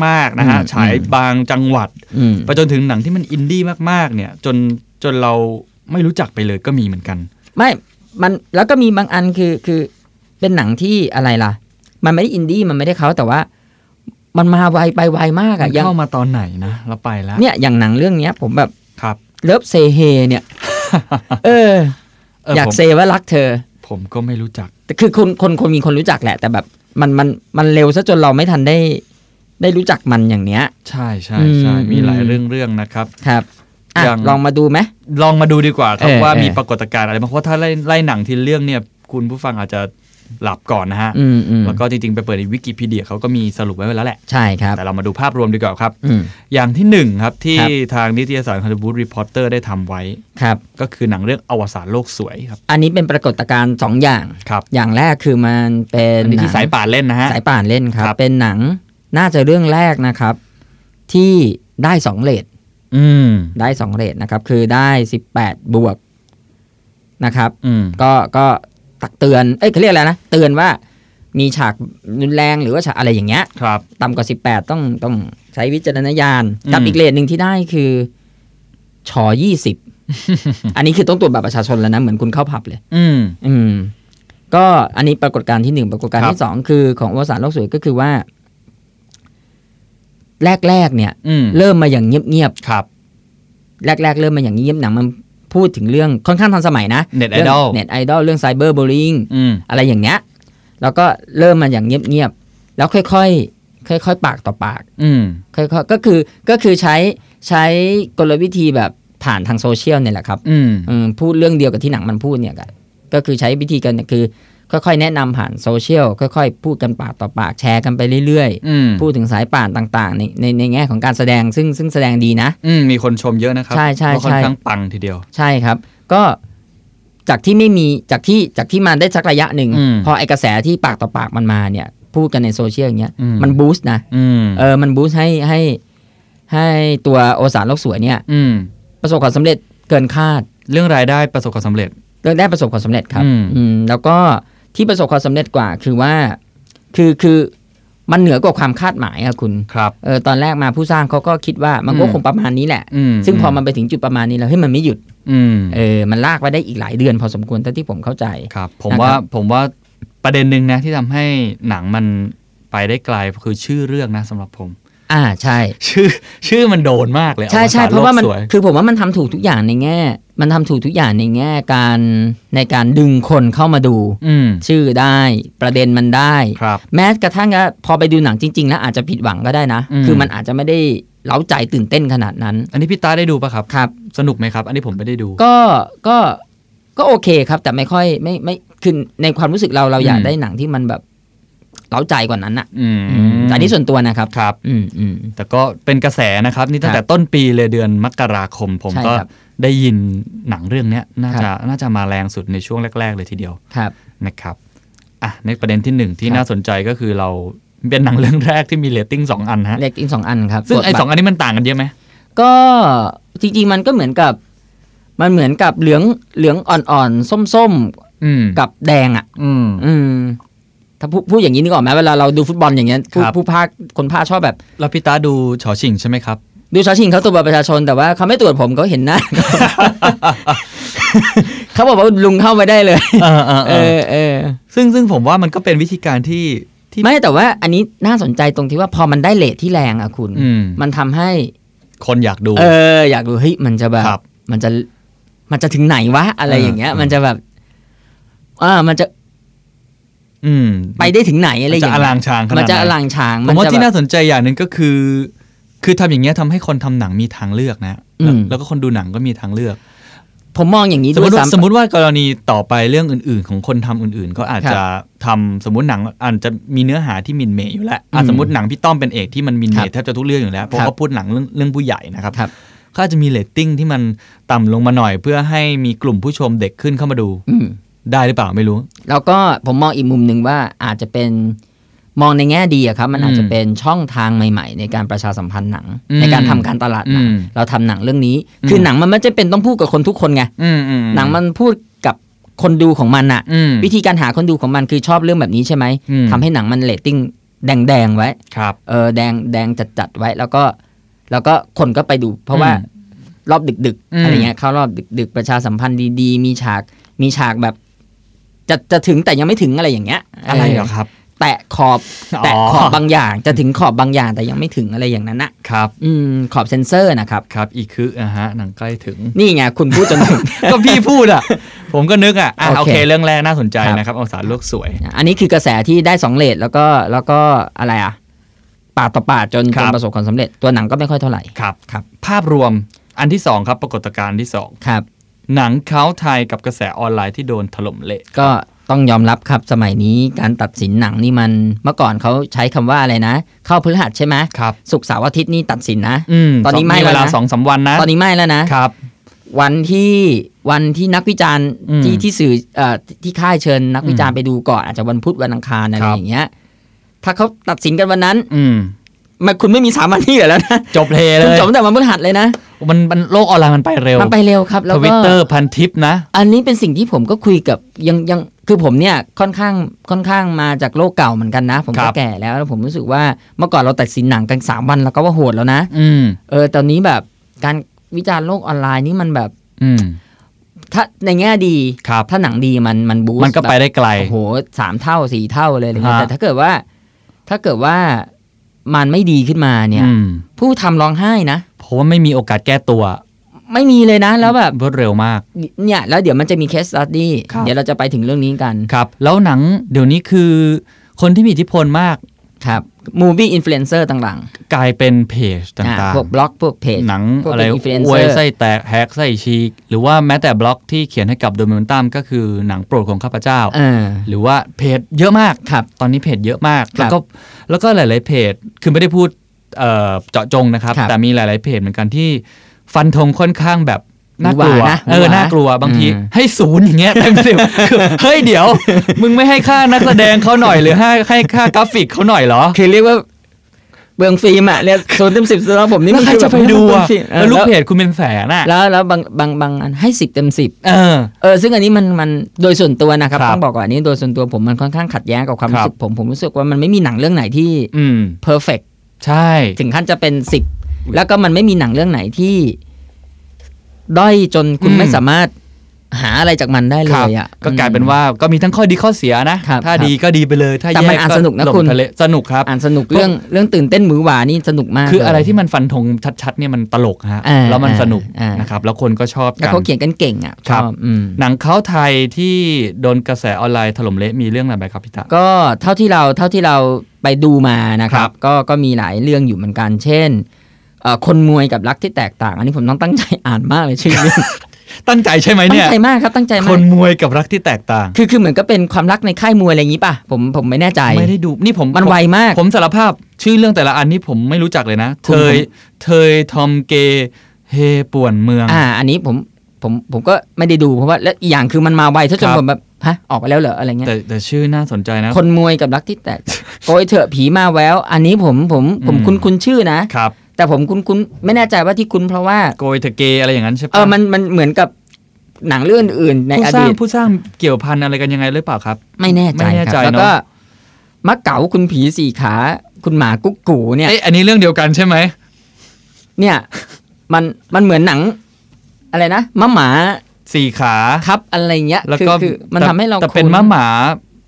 Speaker 2: มากๆนะฮะ
Speaker 3: อืม
Speaker 2: ฉายบางจังหวัด
Speaker 3: อืม
Speaker 2: ไปจนถึงหนังที่มันอินดี้มากๆ เนี่ย จนจนเราไม่รู้จักไปเลยก็มีเหมือนกัน
Speaker 3: ไม่มันแล้วก็มีบางอันคือคือเป็นหนังที่อะไรล่ะ มันไม่ได้อินดี้มันไม่ได้เขาแต่ว่า มันมาไวไปไวมาก
Speaker 2: มั
Speaker 3: อะ
Speaker 2: น
Speaker 3: อย่าง
Speaker 2: เข้ามาตอนไหนนะเราไปแล้ว
Speaker 3: เนี่ยอย่างหนังเรื่องเนี้ย ผมแบบ
Speaker 2: ครับ
Speaker 3: เลิฟเซเฮเนี่ย เออ
Speaker 2: เออ
Speaker 3: อยาก
Speaker 2: ผม
Speaker 3: เซว่ารักเธอ
Speaker 2: ผมก็ไม่รู้จัก
Speaker 3: แต่คือคนคนคนมีคนรู้จักแหละ แต่แบบมันมันมันเร็วซะจนเราไม่ทันได้ ได้รู้จักมันอย่างเนี้ย
Speaker 2: ใช่ใช่ใช่
Speaker 3: อืม
Speaker 2: มีหลายเรื่องเรื่องนะครับ
Speaker 3: ครับอ่ะ
Speaker 2: อย่าง
Speaker 3: ลองมาดูไหม
Speaker 2: ลองมาดูดีกว่าครับ
Speaker 3: เออ
Speaker 2: ว่า
Speaker 3: เออ
Speaker 2: มีปรากฏการณ์อะไรบ้างเพราะถ้าไล่ไล่หนังทีละเรื่องเนี่ย คุณผู้ฟังอาจจะหลับก่อนนะฮะ
Speaker 3: อืมอืม
Speaker 2: แล้วก็จริงๆ ไปเปิดในวิกิพีเดียเขาก็มีสรุปไว้แล้วแหละ
Speaker 3: ใช่ครับ
Speaker 2: แต่เรามาดูภาพรวมดีกว่าครับ
Speaker 3: อืม
Speaker 2: อย่างที่หนึ่งครับที่
Speaker 3: ครับ
Speaker 2: ทางนิตยสารฮอลลีวูดรีพอร์เตอร์ได้ทำไว้
Speaker 3: ครับ
Speaker 2: ก็คือหนังเรื่องอวสานโลกสวยครับ
Speaker 3: อันนี้เป็นปรากฏการณ์สองอย่าง
Speaker 2: ครับ
Speaker 3: อย่างแรกคือมันเป็น
Speaker 2: อันนี้ที่
Speaker 3: ห
Speaker 2: สาย
Speaker 3: ง
Speaker 2: ป่านเล่นนะฮะ
Speaker 3: สายป่านเล่นครับ
Speaker 2: ครับ
Speaker 3: เป็นหนังน่าจะเรื่องแรกนะครับ ที่ได้สองเลท
Speaker 2: อืม
Speaker 3: ได้สองเลทนะครับ คือได้สิบแปดบวกนะครับ
Speaker 2: อืม
Speaker 3: ก็ก็ตักเตือน เอ้ยเขาเรียกอะไรนะ เตือนว่ามีฉากรุนแรงหรือว่าฉากอะไรอย่างเงี้ย
Speaker 2: ครับ
Speaker 3: ต่ำกว่า 18 ต้องต้องใช้วิจารณญาณ
Speaker 2: อืม
Speaker 3: กับอีกเลทหนึ่งที่ได้คือชอยี่ สิบ อันนี้คือต้องตรวจบัตรประชาชนแล้วนะ เหมือนคุณเข้าผับเลย
Speaker 2: อืม
Speaker 3: อืม ก็อันนี้ปรากฏการณ์ที่หนึ่งปรากฏการณ์
Speaker 2: ครับ
Speaker 3: ที่สองคือของอวสานโลกสวยก็คือว่า แรก ๆ เนี่ย
Speaker 2: อืม
Speaker 3: เริ่มมาอย่างเงียบ
Speaker 2: ครับ
Speaker 3: ๆ แรก ๆ เริ่มมาอย่างเงียบๆหนังมันพูดถึงเรื่องค่อนข้างทันสมัยนะ
Speaker 2: เน็ตไอดอล
Speaker 3: เน็ตไอดอลเรื่องไซเบอร์บูลลิง
Speaker 2: อืม
Speaker 3: อะไรอย่างเงี้ย แล้วก็เริ่มมาอย่างเงียบๆ แล้วค่อยๆ ค่อยๆ ปากต่อปาก
Speaker 2: อืม
Speaker 3: ค่อยๆ ก็คือ ก็คือใช้ใช้กลวิธีแบบผ่านทางโซเชียลเนี่ยแหละครับ
Speaker 2: อืม
Speaker 3: อืมพูดเรื่องเดียวกับที่หนังมันพูดเนี่ยก็ก็คือใช้วิธีกันเนี่ยคือ ค่อยๆ แนะนำผ่านโซเชียล ค่อยๆ พูดกันปากต่อปาก แชร์กันไปเรื่อย
Speaker 2: อืม
Speaker 3: ๆ พูดถึงสายป่านต่างๆ ในในในแง่ของการแสดง ซึ่งซึ่งแสดงดีนะ
Speaker 2: อืมมีคนชมเยอะนะครับ
Speaker 3: ใช่ใช่
Speaker 2: ว่าค่อน
Speaker 3: ใช่
Speaker 2: ข้างปังทีเดียว
Speaker 3: ใช่ครับ ก็จากที่ไม่มีจากที่จากที่มันได้สักระยะหนึ่ง
Speaker 2: อืม
Speaker 3: พอไอกระแสที่ปากต่อปากมันมาเนี่ย พูดกันในโซเชียลอย่างเงี้ย
Speaker 2: อืม
Speaker 3: มันบูสต์นะ
Speaker 2: อืม
Speaker 3: เออมันบูสต์ให้ให้ให้ตัวโอสารโลกสวยเนี่ย
Speaker 2: อืม
Speaker 3: ประสบความสำเร็จเกินคาด
Speaker 2: เรื่องรายได้ประสบความสำเร็จ
Speaker 3: เรื่องได้ประสบความสำเร็จครับ
Speaker 2: อืม
Speaker 3: อืมแล้วก็ที่ประสบความสำเร็จกว่าคือว่า คือคือมันเหนือกว่าความคาดหมายอะคุณ
Speaker 2: ครับ
Speaker 3: เออตอนแรกมาผู้สร้างเขาก็คิดว่ามันก็
Speaker 2: อืม
Speaker 3: คงประมาณนี้แหละ
Speaker 2: อืม
Speaker 3: ซึ่งพอมันไปถึงจุดประมาณนี้แล้วเฮ้ยมันไม่หยุด
Speaker 2: อืม
Speaker 3: เออมันลากไปได้อีกหลายเดือนพอสมควรแต่ที่ผมเข้าใจ
Speaker 2: ครับ ผม
Speaker 3: นะครับ
Speaker 2: ว่าผมว่าประเด็นหนึ่งนะที่ทำให้หนังมันไปได้ไกลคือชื่อเรื่องนะสำหรับผม
Speaker 3: อ่าใช่
Speaker 2: ชื่อ ชื่อมันโดนมากเลย
Speaker 3: ใช่ใช่
Speaker 2: อ
Speaker 3: เพราะว่ามัน
Speaker 2: โลกสย
Speaker 3: คือผมว่ามันทำถูกทุกอย่างในแง่ มันทำถูกทุกอย่างในแง่การในการดึงคนเข้ามาดู
Speaker 2: อืม
Speaker 3: ชื่อได้ประเด็นมันได้
Speaker 2: ครับ
Speaker 3: แม้กระทั่งว่าพอไปดูหนังจริง ๆ แล้วอาจจะผิดหวังก็ได้นะ
Speaker 2: อืม
Speaker 3: คือมันอาจจะไม่ได้เล้าใจตื่นเต้นขนาดนั้น
Speaker 2: อันนี้พี่ตาได้ดูปะครับ
Speaker 3: ครับ
Speaker 2: สนุกไหมครับ อันนี้ผมไม่ได้ดู
Speaker 3: ก็ก็ก็โอเคครับ แต่ไม่ค่อยไม่ไม่คือในความรู้สึกเราเรา
Speaker 2: อืม
Speaker 3: อยากได้หนังที่มันแบบเล้าใจกว่านั้นอ่ะ
Speaker 2: อืม
Speaker 3: แต่อันนี้ส่วนตัวนะครับ
Speaker 2: ครับ
Speaker 3: อืมอืม
Speaker 2: แต่ก็เป็นกระแสนะครับ นี่ตั้งแต่ต้นปีเลยเดือนมกราคม ผม
Speaker 3: ใช่
Speaker 2: ก็
Speaker 3: ครับ
Speaker 2: ได้ยินหนังเรื่องเนี้ยน่า
Speaker 3: ครับ
Speaker 2: จะน่าจะมาแรงสุดในช่วงแรก ๆ เลยทีเดียว
Speaker 3: ครับ
Speaker 2: นะครับอ่ะในประเด็นที่หนึ่งที่
Speaker 3: ครับ
Speaker 2: น่าสนใจก็คือเราเป็นหนังเรื่องแรกที่มีเรตติ้งสองอันฮะ
Speaker 3: เล็กอีกสองอันครับ
Speaker 2: ซึ่งไอ้
Speaker 3: บทบาท
Speaker 2: สองอันนี้มันต่างกันเยอะไหม
Speaker 3: ก็จริงๆมันก็เหมือนกับมันเหมือนกับเหลืองเหลืองอ่อนๆส้ม
Speaker 2: อืม
Speaker 3: ๆกับแดงอ่ะ
Speaker 2: อืม
Speaker 3: อืม ถ้าพูดพูดอย่างนี้นึกออกไหมเวลาเราดูฟุตบอลอย่างเงี้ยผู้
Speaker 2: ครับ
Speaker 3: ผู้พากย์คนพากย์ชอบแบบ
Speaker 2: แล้วพี่ตาดูชอชิงใช่ไหม ครับ
Speaker 3: ดูชอชิงเขาตรวจบัตรประชาชนแต่ว่าเขาไม่ตรวจผมเขาเห็นหน้า เขาบอกว่าลุงเข้าไปได้ เลย
Speaker 2: เออเออ
Speaker 3: เอ
Speaker 2: เออ
Speaker 3: อเออ
Speaker 2: ซึ่งซึ่งผมว่ามันก็เป็นวิธีการที่ที่
Speaker 3: ไม่แต่ว่าอันนี้น่าสนใจตรงที่ว่าพอมันได้เลทที่แรงอ่ะคุณ
Speaker 2: อืม
Speaker 3: มันทำให้
Speaker 2: คนอยากดู
Speaker 3: เออ อยากดูเฮ้ยมันจะแบบ
Speaker 2: ครับ
Speaker 3: มันจะมันจะถึงไหนวะอะไร
Speaker 2: เออ
Speaker 3: อย่างเงี้ย
Speaker 2: เออ
Speaker 3: มันจะแบบอ่ามันจะ
Speaker 2: อืม
Speaker 3: ไปได้ถึงไหนอะไรอย่าง
Speaker 2: จะอ
Speaker 3: เงี้
Speaker 2: ลาง
Speaker 3: ย
Speaker 2: ชางขนาด
Speaker 3: มัน
Speaker 2: ไห
Speaker 3: จะอน ลังฉาง
Speaker 2: ผมว่า
Speaker 3: จะ
Speaker 2: ที่
Speaker 3: แบบ
Speaker 2: น่าสนใจอย่างหนึ่งก็คือ คือทำอย่างเงี้ยทำให้คนทำหนังมีทางเลือกนะ
Speaker 3: อื
Speaker 2: แล้ว
Speaker 3: ม
Speaker 2: แล้วก็คนดูหนังก็มีทางเลือก
Speaker 3: ผมมองอย่างนี้
Speaker 2: สมม
Speaker 3: ด้
Speaker 2: ติ
Speaker 3: วย
Speaker 2: ว่า
Speaker 3: ซ้ำ
Speaker 2: สมมติว่ากรณีต่อไปเรื่องอื่น ๆ ของคนทำอื่น ๆ ก็อาจจะทำสมมติหนังอาจจะมีเนื้อหาที่หมินเหมย์อยู่แล้วอ่ะ
Speaker 3: อืม
Speaker 2: สมมติหนังพี่ต้อมเป็นเอกที่มันหมินเหม
Speaker 3: ครับ
Speaker 2: ย์แทบจะทุกเรื่องอยู่แล้วเพราะ
Speaker 3: ครับ
Speaker 2: เขาพูดหนังเรื่องเรื่องผู้ใหญ่นะครับ
Speaker 3: ครับ
Speaker 2: ก็อาจจะมีเรตติ้งที่มันต่ำลงมาหน่อย เพื่อให้มีกลุ่มผู้ชมเด็กขึ้นเข้ามาดู
Speaker 3: อืม
Speaker 2: ได้หรือเปล่าไม่รู้
Speaker 3: แล้วก็ผมมองอีกมุมหนึ่งว่าอาจจะเป็นมองในแง่ดีอะครับ มันอาจ
Speaker 2: อืม
Speaker 3: จะเป็นช่องทางใหม่ ๆ ในการประชาสัมพันธ์หนัง
Speaker 2: อืม
Speaker 3: ในการทำการตลาดหนัง
Speaker 2: อืม
Speaker 3: เราทำหนังเรื่องนี้ คือ
Speaker 2: ม
Speaker 3: หนังมันไม่จำเป็นต้องพูดกับคนทุกคนไง
Speaker 2: อืมอืม
Speaker 3: หนังมันพูดกับคนดูของมันอะ
Speaker 2: อืม
Speaker 3: วิธีการหาคนดูของมันคือชอบเรื่องแบบนี้ใช่ไหม
Speaker 2: อืม
Speaker 3: ทำให้หนังมันเรตติ้งแดงๆไว้
Speaker 2: ครับ
Speaker 3: เออแดงแดงจัดจัดๆไว้แล้วก็ แล้วก็คนก็ไปดู เพราะว่า
Speaker 2: อืม
Speaker 3: รอบดึกดึกๆ
Speaker 2: อืม
Speaker 3: อะไรเงี้ยเข้ารอบดึกดึกๆประชาสัมพันธ์ดีๆ มีฉากมีฉากแบบ จะจะถึงแต่ยังไม่ถึงอะไรอย่างเงี้ย
Speaker 2: อะไรเหรอครับ
Speaker 3: แตะขอบแตะ
Speaker 2: อ๋อ
Speaker 3: ขอบบางอย่างจะถึงขอบบางอย่างแต่ยังไม่ถึงอะไรอย่างนั้นนะครับอืม ขอบเซนเซอร์นะครับ
Speaker 2: ครับอีกคืออ่ะฮะหนังใกล้ถึง
Speaker 3: นี่ไงคุณพูดจน ถึง
Speaker 2: ก็พี่พูด อ่ะ ผมก็นึกอ่ะอ่ะโอ
Speaker 3: โอเค
Speaker 2: เค เรื่องแรกน่าสนใจ
Speaker 3: ครับ
Speaker 2: นะครับ เอาสารโลกสวย
Speaker 3: อันนี้คือกระแสที่ได้สองเลทแล้วก็แล้วก็อะไรอ่ะปาดต่อปาดจน
Speaker 2: ครั
Speaker 3: จ
Speaker 2: บ
Speaker 3: นประสบความสำเร็จตัวหนังก็ไม่ค่อยเท่าไหร่
Speaker 2: ครับ
Speaker 3: ครับ
Speaker 2: ภาพรวมอันที่ 2 ครับ ปรากฏการณ์ที่
Speaker 3: ครับ
Speaker 2: 2 หนังเค้าไทยกับกระแสออนไลน์ที่โดนถล่มเละ
Speaker 3: ก็ต้องยอมรับครับสมัยนี้การตัดสินหนังนี่มันเมื่อก่อนเขาใช้คำว่าอะไรนะ เข้าพฤหัสใช่ไหม
Speaker 2: ครับ
Speaker 3: ศุกร์เสาร์อาทิตย์นี่ตัดสินนะ
Speaker 2: อืม
Speaker 3: ตอนนี้ไม่
Speaker 2: สง
Speaker 3: แล้
Speaker 2: เว
Speaker 3: วนะ
Speaker 2: ลาสองสามวันนะ
Speaker 3: ตอนนี้ไม่แล้วนะ
Speaker 2: ครับ
Speaker 3: วันที่วันที่นักวิจารณ์
Speaker 2: อืม
Speaker 3: ที่ที่สื่อเอ่อที่ที่ค่ายเชิญนักวิจารณ์ไปดูก่อนอาจจะวันพุธวันอังคารอะไร
Speaker 2: ครับ
Speaker 3: อย่างเงี้ย ถ้าเขาตัดสินกันวันนั้น
Speaker 2: อืม
Speaker 3: มันคุณไม่มีสามวันที่เหลือแล้วนะ
Speaker 2: จบเทเล
Speaker 3: คุณ
Speaker 2: ย
Speaker 3: จบตั้งแต่วันพฤหัสเลยนะ
Speaker 2: มันมันโลกออนไลน์มันไปเร็ว
Speaker 3: มันไปเร็วครับ แล้
Speaker 2: ท
Speaker 3: ว
Speaker 2: วิ
Speaker 3: ก็
Speaker 2: ตเตอร์พันทิปนะ
Speaker 3: อันนี้เป็นสิ่งที่ผมก็คุยกับยังยังคือผมเนี่ยค่อนข้างค่อนข้างมาจากโลกเก่าเหมือนกันนะ ผม
Speaker 2: ค
Speaker 3: ก็
Speaker 2: รับ
Speaker 3: แก่แล้วแล้วผมรู้สึกว่าเมื่อก่อนเราตัดสินหนังกันสามวันแล้วก็ว่าโหดแล้วนะ
Speaker 2: อืม
Speaker 3: เออตอนนี้แบบการวิจารณ์โลกออนไลน์นี่มันแบบ
Speaker 2: อืม
Speaker 3: ถ้าในแง่ดี
Speaker 2: ครับ
Speaker 3: ถ้าหนังดีมันมันบูสต์
Speaker 2: มันก็ไปได้ไกล
Speaker 3: โอ้โหสามเท่าสี่เท่าเลยอะไรเงี้ย
Speaker 2: ฮะ
Speaker 3: แต่ถ้าเกิดว่า ถ้าเกิดว่ามันไม่ดีขึ้นมาเนี่ย
Speaker 2: อืม
Speaker 3: ผู้ทำร้องไห้นะ
Speaker 2: เพราะว่าไม่มีโอกาสแก้ตัว
Speaker 3: ไม่มีเลยนะ แล้วแบบ
Speaker 2: รวดเร็วมาก
Speaker 3: เนี่ยแล้วเดี๋ยวมันจะมีเคสตัดดี้
Speaker 2: ครับ
Speaker 3: เดี๋ยวเราจะไปถึงเรื่องนี้กัน
Speaker 2: ครับ แล้วหนังเดี๋ยวนี้คือ คนที่มีอิทธิพลมาก
Speaker 3: ครับมูฟี่อินฟลูเอนเซอร์ต่าง
Speaker 2: กลายเป็นเพจ
Speaker 3: ๆ
Speaker 2: ต่า
Speaker 3: อ่ะ
Speaker 2: ง
Speaker 3: พวกบล็อกพวกเพจ
Speaker 2: ๆ หนัง
Speaker 3: พวกเป็น
Speaker 2: อะไร
Speaker 3: influencer
Speaker 2: อวยไส้แตกแฮกไส้ชีก หรือว่าแม้แต่บล็อกที่เขียนให้กับโดเมนตัมก็คือหนังโปรดของข้าพเจ้า
Speaker 3: เออ
Speaker 2: หรือว่าเพจเยอะมาก
Speaker 3: ครับ
Speaker 2: ตอนนี้เพจเยอะมาก
Speaker 3: ครั
Speaker 2: แล้ว
Speaker 3: บ
Speaker 2: ก็แล้วก็หลาย ๆ เพจคือไม่ได้พูดเอ่อเจาะจงนะครับ
Speaker 3: ครับ
Speaker 2: แต่มีหลาย ๆ เพจเหมือนกันที่ฟันธงค่อนข้างแบบน่ากลั
Speaker 3: ห
Speaker 2: ว
Speaker 3: วานะ
Speaker 2: เออ
Speaker 3: หวา
Speaker 2: น่ากลัวบางที
Speaker 3: อืม
Speaker 2: ให้ศูนย์อย่างเงี้ยเต็มสิบคือเฮ้ยเดี๋ยว มึงไม่ให้ค่านักแสดงเขาหน่อยหรือให้ให้ค่ากราฟิกเขาหน่อยเหรอ
Speaker 3: คือเรียกว่าเบืองฟิล์มอ่ะเนี่ยโซนเต็มสิบสำหรับผมนี่
Speaker 2: แล้
Speaker 3: มัน
Speaker 2: วใคร
Speaker 3: คือ
Speaker 2: จะไปดูอ่ะ
Speaker 3: แล้
Speaker 2: แล้ว ว
Speaker 3: ลู
Speaker 2: ลู
Speaker 3: ก
Speaker 2: ก
Speaker 3: เพ
Speaker 2: เพ
Speaker 3: จ
Speaker 2: จคุณเป็นแสนอ่ะ
Speaker 3: แล้วแล้วบางบางบางอันให้สิบเต็มสิบ
Speaker 2: เออ
Speaker 3: เออซึ่งอันนี้มันมันโดยส่วนตัวนะครับ
Speaker 2: ครับ
Speaker 3: ต้องบอกก่อนนี้โดยส่วนตัวผมมันค่อนข้างขัดแย้งกับความ
Speaker 2: ครั
Speaker 3: รู้
Speaker 2: บ
Speaker 3: สึกผมผมรู้สึกว่ามันไม่มีหนังเรื่องไหนที่
Speaker 2: อืม
Speaker 3: perfect
Speaker 2: ใช่
Speaker 3: ถึงขั้นจะเป็นสิบแล้วก็มันไม่มีหนังเรื่องไหนที่ ด้อยจนคุณ
Speaker 2: อืม
Speaker 3: ไม่สามารถหาอะไรจากมันได้เล
Speaker 2: ครับ
Speaker 3: ยอ่ะ
Speaker 2: ก็กลายเป็นว่าก็มีทั้งข้อดีข้อเสียนะ
Speaker 3: ครับ
Speaker 2: ถ้า
Speaker 3: ครับ
Speaker 2: ดีก็ดีไปเลย ถ้า
Speaker 3: แต่
Speaker 2: แย่
Speaker 3: มันอ่านสนุกนะ
Speaker 2: หลง
Speaker 3: คุณ
Speaker 2: ทเลสนุกครับ
Speaker 3: อ่านสนุกเรื่องเรื่องตื่นเต้นหมือหวานี่สนุกมาก
Speaker 2: คือ
Speaker 3: เลย
Speaker 2: อะไรที่มันฟันธงชัดๆเนี่ยมันตลกฮะ
Speaker 3: อ่า
Speaker 2: แล้วมันสนุก
Speaker 3: อ่าน
Speaker 2: นะครับแล้วคนก็ชอบ
Speaker 3: แล้ว
Speaker 2: กัน
Speaker 3: เขาเขียนกันเก่งอ่ะ
Speaker 2: ครับ
Speaker 3: ชออืม
Speaker 2: หนังเขาไทยที่โดนกระแสออนไลน์ถล่มเละมีเรื่องอะไรไหมครับพี่ตะ
Speaker 3: ก็เท่าที่เราเท่าที่เราไปดูมานะค
Speaker 2: ค
Speaker 3: รั
Speaker 2: รับ บ
Speaker 3: ก็ก็มีหลายเรื่องอยู่เหมือนกัน เช่นเอ่อคนมวยกับรักที่แตกต่าง อันนี้ผมต้องตั้งใจอ่าน มากเลยชื่อเรื่อง
Speaker 2: ตั้งใจใช่ไหม
Speaker 3: ตั้
Speaker 2: เนี่
Speaker 3: ง
Speaker 2: ย
Speaker 3: ใจมากครับตั้งใจ
Speaker 2: ค
Speaker 3: มาก
Speaker 2: นมวยกับรักที่แตกต่าง
Speaker 3: คือคือเหมือนก็เป็นความรักในค่ายมวยอะไรอย่างนี้ป่ะผมผมไม่แน่ใจ
Speaker 2: ไม่ได้ดูนี่ผม
Speaker 3: มันไวมาก
Speaker 2: ผมสารภาพชื่อเรื่องแต่ละอันนี่ผมไม่รู้จักเลยนะ
Speaker 3: คุ
Speaker 2: เท
Speaker 3: ณ
Speaker 2: ยเทยทอมเกย์เฮป่วนเมือง
Speaker 3: อ่า อันนี้ผมผมผมก็ไม่ได้ดูเพราะว่าและอีกอย่างคือมันมาไวซะจ
Speaker 2: ค
Speaker 3: น
Speaker 2: รับ
Speaker 3: ผมแบบฮะออกไปแล้วเหรออะไรเงี้ย
Speaker 2: แต่แต่ชื่อน่าสนใจนะ
Speaker 3: คนมวยกับรักที่แตกต่างโกยเถอะผีมาแววอันนี้ผมผมผม
Speaker 2: อืม
Speaker 3: คุ้นคุ้นชื่อนะ
Speaker 2: ครับ
Speaker 3: แต่ผมคุ้นคุ้นไม่แน่ใจว่าที่คุ้นเพราะว่า
Speaker 2: โกยเทเกอะไรอย่างนั้นใช่ปะ
Speaker 3: เออมันมันเหมือนกับหนังเรื่องอื่นในอ
Speaker 2: ผู้สร้า
Speaker 3: ดี
Speaker 2: ง
Speaker 3: ต
Speaker 2: ผู้สร้างเกี่ยวพันอะไรกันยังไงหรือเปล่าครับ
Speaker 3: ไม่แน่ใจ
Speaker 2: ไม่แน่
Speaker 3: ครับ
Speaker 2: ใจเนอะ
Speaker 3: แล้วก็มะเก๋าคุณผีสี่ขา คุณหมากุ๊กกูเนี่ย
Speaker 2: เอ๊ะอันนี้เรื่องเดียวกันใช่ไหม
Speaker 3: เนี่ย มันมันเหมือนหนัง อะไรนะมะหมา
Speaker 2: สี่ขา
Speaker 3: ครับอะไรเงี้ย
Speaker 2: แล้ว
Speaker 3: คือ
Speaker 2: ก็
Speaker 3: คือมัน
Speaker 2: แต่
Speaker 3: ทำให้เรา
Speaker 2: แต่เป็น
Speaker 3: คุ้
Speaker 2: ม้าหมา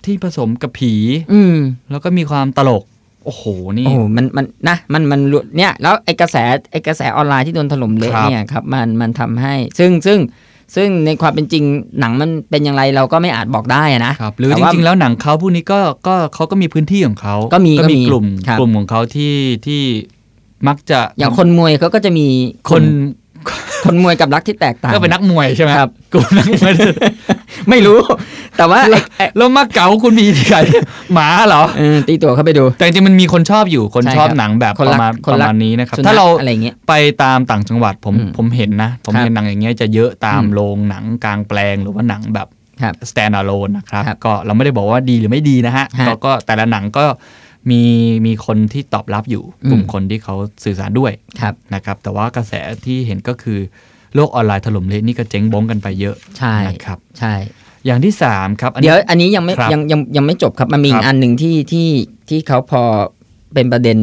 Speaker 2: ที่ผสมกับผี
Speaker 3: อืม
Speaker 2: แล้วก็มีความตลก โอ้โหนี่
Speaker 3: โอ้โหมันมันนะมันมันเนี่ย แล้วไอ้กระแสไอ้กระแสออนไลน์ที่โดนถล่มเละ
Speaker 2: ครับ
Speaker 3: เนี่ยครับมันมันทำให้ ซึ่งซึ่งซึ่งในความเป็นจริงหนังมันเป็นอย่างไรเราก็ไม่อาจบอกได้อะนะครับ
Speaker 2: หรือ
Speaker 3: ต่
Speaker 2: จ
Speaker 3: ว่า
Speaker 2: ริงๆ แล้วหนังเขาพวกนี้ก็ก็เขาก็มีพื้นที่ของเขา
Speaker 3: ก็มี
Speaker 2: ก็มี
Speaker 3: ก็มี
Speaker 2: กลุ่ม
Speaker 3: ครับ
Speaker 2: กลุ่มของเขาที่ที่มักจะ
Speaker 3: อย่างคนมวยเขาก็จะมี
Speaker 2: คน
Speaker 3: คนมวยกับรักที่แตกต่าง
Speaker 2: ก็เป็นนักมวยใช่ไหม
Speaker 3: ครับ
Speaker 2: กลุ่มนักม วย
Speaker 3: ไม่รู้ แต่ว่าไอ้
Speaker 2: แล้วมาเก๋าคุณมีที่ไหนหมาเหรอ
Speaker 3: เออตีตัวเข้าไปดู
Speaker 2: แต่จริงๆมันมีคนชอบอยู่คน
Speaker 3: ใช่
Speaker 2: ชอบ
Speaker 3: ครับ
Speaker 2: หนังแบบ
Speaker 3: คน
Speaker 2: ป
Speaker 3: รัก
Speaker 2: ระมาณ
Speaker 3: ค
Speaker 2: ป
Speaker 3: น
Speaker 2: ระ
Speaker 3: รัก
Speaker 2: มาณนี้นะครับ
Speaker 3: สุนัข
Speaker 2: ถ้าเรา
Speaker 3: อะไรเงี้ย
Speaker 2: ไปตามต่างจังหวัดผม
Speaker 3: อืม
Speaker 2: ผมเห็นนะ ผม
Speaker 3: ครับ
Speaker 2: เห็นหนังอย่างเงี้ยจะเยอะตาม
Speaker 3: อืม
Speaker 2: โรงหนังกลางแปลงหรือว่าหนังแบบ
Speaker 3: ครับ
Speaker 2: stand alone นะครับ
Speaker 3: ครับ
Speaker 2: ก็เราไม่ได้บอกว่าดีหรือไม่ดีนะฮะ
Speaker 3: ฮะ
Speaker 2: ก็ก็แต่ละหนังก็มีมีคนที่ตอบรับอยู่
Speaker 3: อืม
Speaker 2: กลุ่มคนที่เขาสื่อสารด้วย
Speaker 3: ครับ
Speaker 2: นะครับ แต่ว่ากระแสที่เห็นก็คือโลกออนไลน์ถล่มเละนี่ก็เจ๊งบ้งกันไปเยอะ
Speaker 3: ใช่
Speaker 2: นะครับ
Speaker 3: ใช่
Speaker 2: อย่างที่ 3 ครับอันนี้
Speaker 3: เดี๋ยวอันนี้ยังไม่
Speaker 2: ครับ
Speaker 3: ยังยังยังไม่จบครับมันมีอี
Speaker 2: ครั
Speaker 3: ก
Speaker 2: บ
Speaker 3: อันหนึ่งที่ที่ที่เขาพอเป็นประเด็น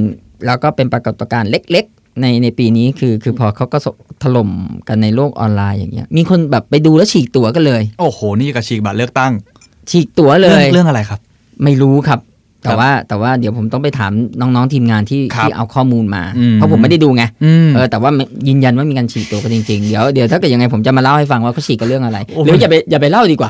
Speaker 3: แล้วก็เป็นปรากฏการณ์เล็ก ๆ ในในปีนี้คือคือพอเขาก็สถล่มกันในโลกออนไลน์อย่างเงี้ยมีคนแบบไปดูแล้วฉีกตั๋วกันเลย
Speaker 2: โอ้โห นี่กระชีกบัตรเลือกตั้ง
Speaker 3: ฉีกตั๋วเล
Speaker 2: เรื่อง
Speaker 3: ย
Speaker 2: เรื่องอะไรครับ
Speaker 3: ไม่รู้ครับ
Speaker 2: ค
Speaker 3: แต่
Speaker 2: รับ
Speaker 3: ว่าแต่ว่าเดี๋ยวผมต้องไปถามน้องๆทีมงานที่
Speaker 2: ครับ
Speaker 3: ที่เอาข้อมูลมา
Speaker 2: อืม
Speaker 3: เพราะผมไม่ได้ดูไง
Speaker 2: อืม
Speaker 3: เออแต่ว่าไม่ยืนยันว่ามีการฉีกตัวกันจริงๆ เดี๋ยวเดี๋ยวถ้าเกิดยังไงผมจะมาเล่าให้ฟังว่าเขาฉีกกันเรื่องอะไร
Speaker 2: โอ้ย
Speaker 3: หรืออย่าไปอย่าไปเล่าดีกว่า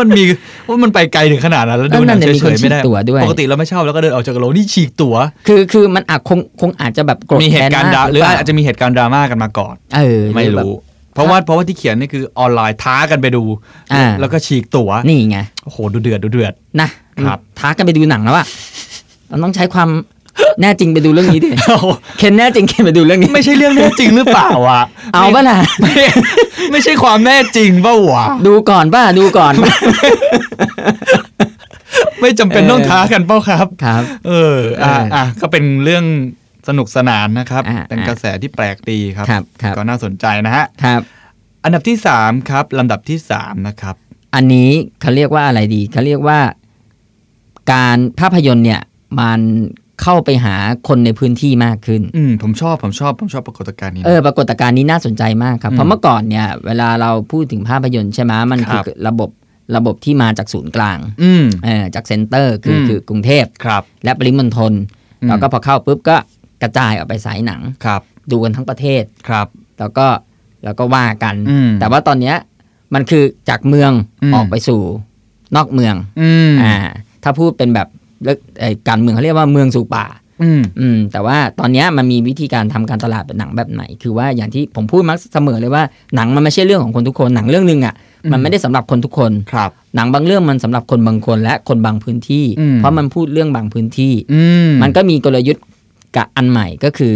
Speaker 2: มันมีว่ามันไปไกลถึงขนาดนั้นแล้วดูหนัง
Speaker 3: นั่นน่ะมี
Speaker 2: เฉ
Speaker 3: คน
Speaker 2: ยๆ
Speaker 3: ฉีก
Speaker 2: ไม่ได้
Speaker 3: ตั๋วด้วย
Speaker 2: ปกติเราไม่ชอบแล้วก็เดินออกจากโรงนี่ฉีกตั๋ว
Speaker 3: คือคือมันอาจคงคงอาจจะแบบโกรธ
Speaker 2: มีเห
Speaker 3: แค้น
Speaker 2: ตุการณ์
Speaker 3: มาก
Speaker 2: ดราหรือ
Speaker 3: เปล่
Speaker 2: อาจจะมีเหตุการณ์ดราม่ากันมาก่อน
Speaker 3: เออ
Speaker 2: ไม่
Speaker 3: หอแบบ
Speaker 2: รู้ เพราะว่าเพราะว่าที่เขียนนี่คือออนไลน์ท้ากันไปดู
Speaker 3: อ่า
Speaker 2: แล้วก็ฉีกตั๋ว
Speaker 3: นี่ไง
Speaker 2: โอ้โหดูเดือดดูเดื อด
Speaker 3: นะครับ ท้ากันไปดูหนังแล้วอะเราต้องใช้ความแน่จริงไปดูเรื่องนี้ดิ
Speaker 2: โอ้โห
Speaker 3: เคนแน่จริงเคนไปดูเรื่องนี้
Speaker 2: ไม่ใช่เรื่องแน่จริงหรือเปล่าวะ
Speaker 3: เอาป่ะล่ะ
Speaker 2: ไม่ไม่ใช่ความแน่จริงเปล่าวะ
Speaker 3: ดูก่อนป่ะดูก่อนป่ะ
Speaker 2: ไม่จำเป็น
Speaker 3: เออ
Speaker 2: ต้องท้ากันเปล่าครับ
Speaker 3: ครับ
Speaker 2: เอออ่ะ
Speaker 3: เอออ่
Speaker 2: อ่ะก็เป็นเรื่องสนุกสนานนะครับ
Speaker 3: อ่ะ
Speaker 2: เป็นกระแสที่แปลกดีครับ
Speaker 3: ครับครับ
Speaker 2: ก็น่าสนใจนะฮะ
Speaker 3: ครับ
Speaker 2: อันดับที่ 3 ครับ ลำดับที่ 3 นะครับ
Speaker 3: อันนี้เขาเรียกว่าอะไรดีเขาเรียกว่า การภาพยนตร์เนี่ย มันเข้าไปหาคนในพื้นที่มากขึ้น
Speaker 2: อืมผมชอบผมชอบผมชอบปรากฏการณ์นี้นะ
Speaker 3: เออปรากฏการณ์นี้น่าสนใจมากครับ
Speaker 2: อืม
Speaker 3: เพราะเมื่อก่อนเนี่ย เวลาเราพูดถึงภาพยนตร์ใช่ไหมมัน
Speaker 2: ค
Speaker 3: คื
Speaker 2: รั
Speaker 3: อบ ระบบระบบที่มาจากศูนย์กลาง
Speaker 2: อืม
Speaker 3: เออจากเซ็นเตอร์คือ
Speaker 2: ม
Speaker 3: คือกรุงเทพ
Speaker 2: ครับ
Speaker 3: และปริมณฑล
Speaker 2: อืม
Speaker 3: แล้วก็พอเข้าปุ๊บก็กระจายออกไปสายหนัง
Speaker 2: ครับ
Speaker 3: ดูกันทั้งประเทศ
Speaker 2: ครับ
Speaker 3: แล้วก็แล้วก็ว่ากัน
Speaker 2: อืม
Speaker 3: แต่ว่าตอนเนี้ยมันคือจากเมือง
Speaker 2: อืม
Speaker 3: ออกไปสู่นอกเมือง
Speaker 2: อืม
Speaker 3: อ่าถ้าพูดเป็นแบบเลิกเอ่อการเมืองเขาเรียกว่าเมืองสู่ป่า
Speaker 2: อืม
Speaker 3: อืม แต่ว่าตอนเนี้ยมันมีวิธีการทำการตลาดแบบหนังแบบไหน คือว่าอย่างที่ผมพูดมักเสมอเลยว่าหนังมันไม่ใช่เรื่องของคนทุกคนหนังเรื่องหนึ่งอะ่ะมันไม่ได้สำหรับคนทุกคน
Speaker 2: ครับ
Speaker 3: หนังบางเรื่องมันสำหรับคนบางคนและคนบางพื้นที่
Speaker 2: อืม
Speaker 3: เพราะมันพูดเรื่องบางพื้นที่
Speaker 2: อืม
Speaker 3: มันก็มีกลยุทธ์กะอันใหม่ก็คือ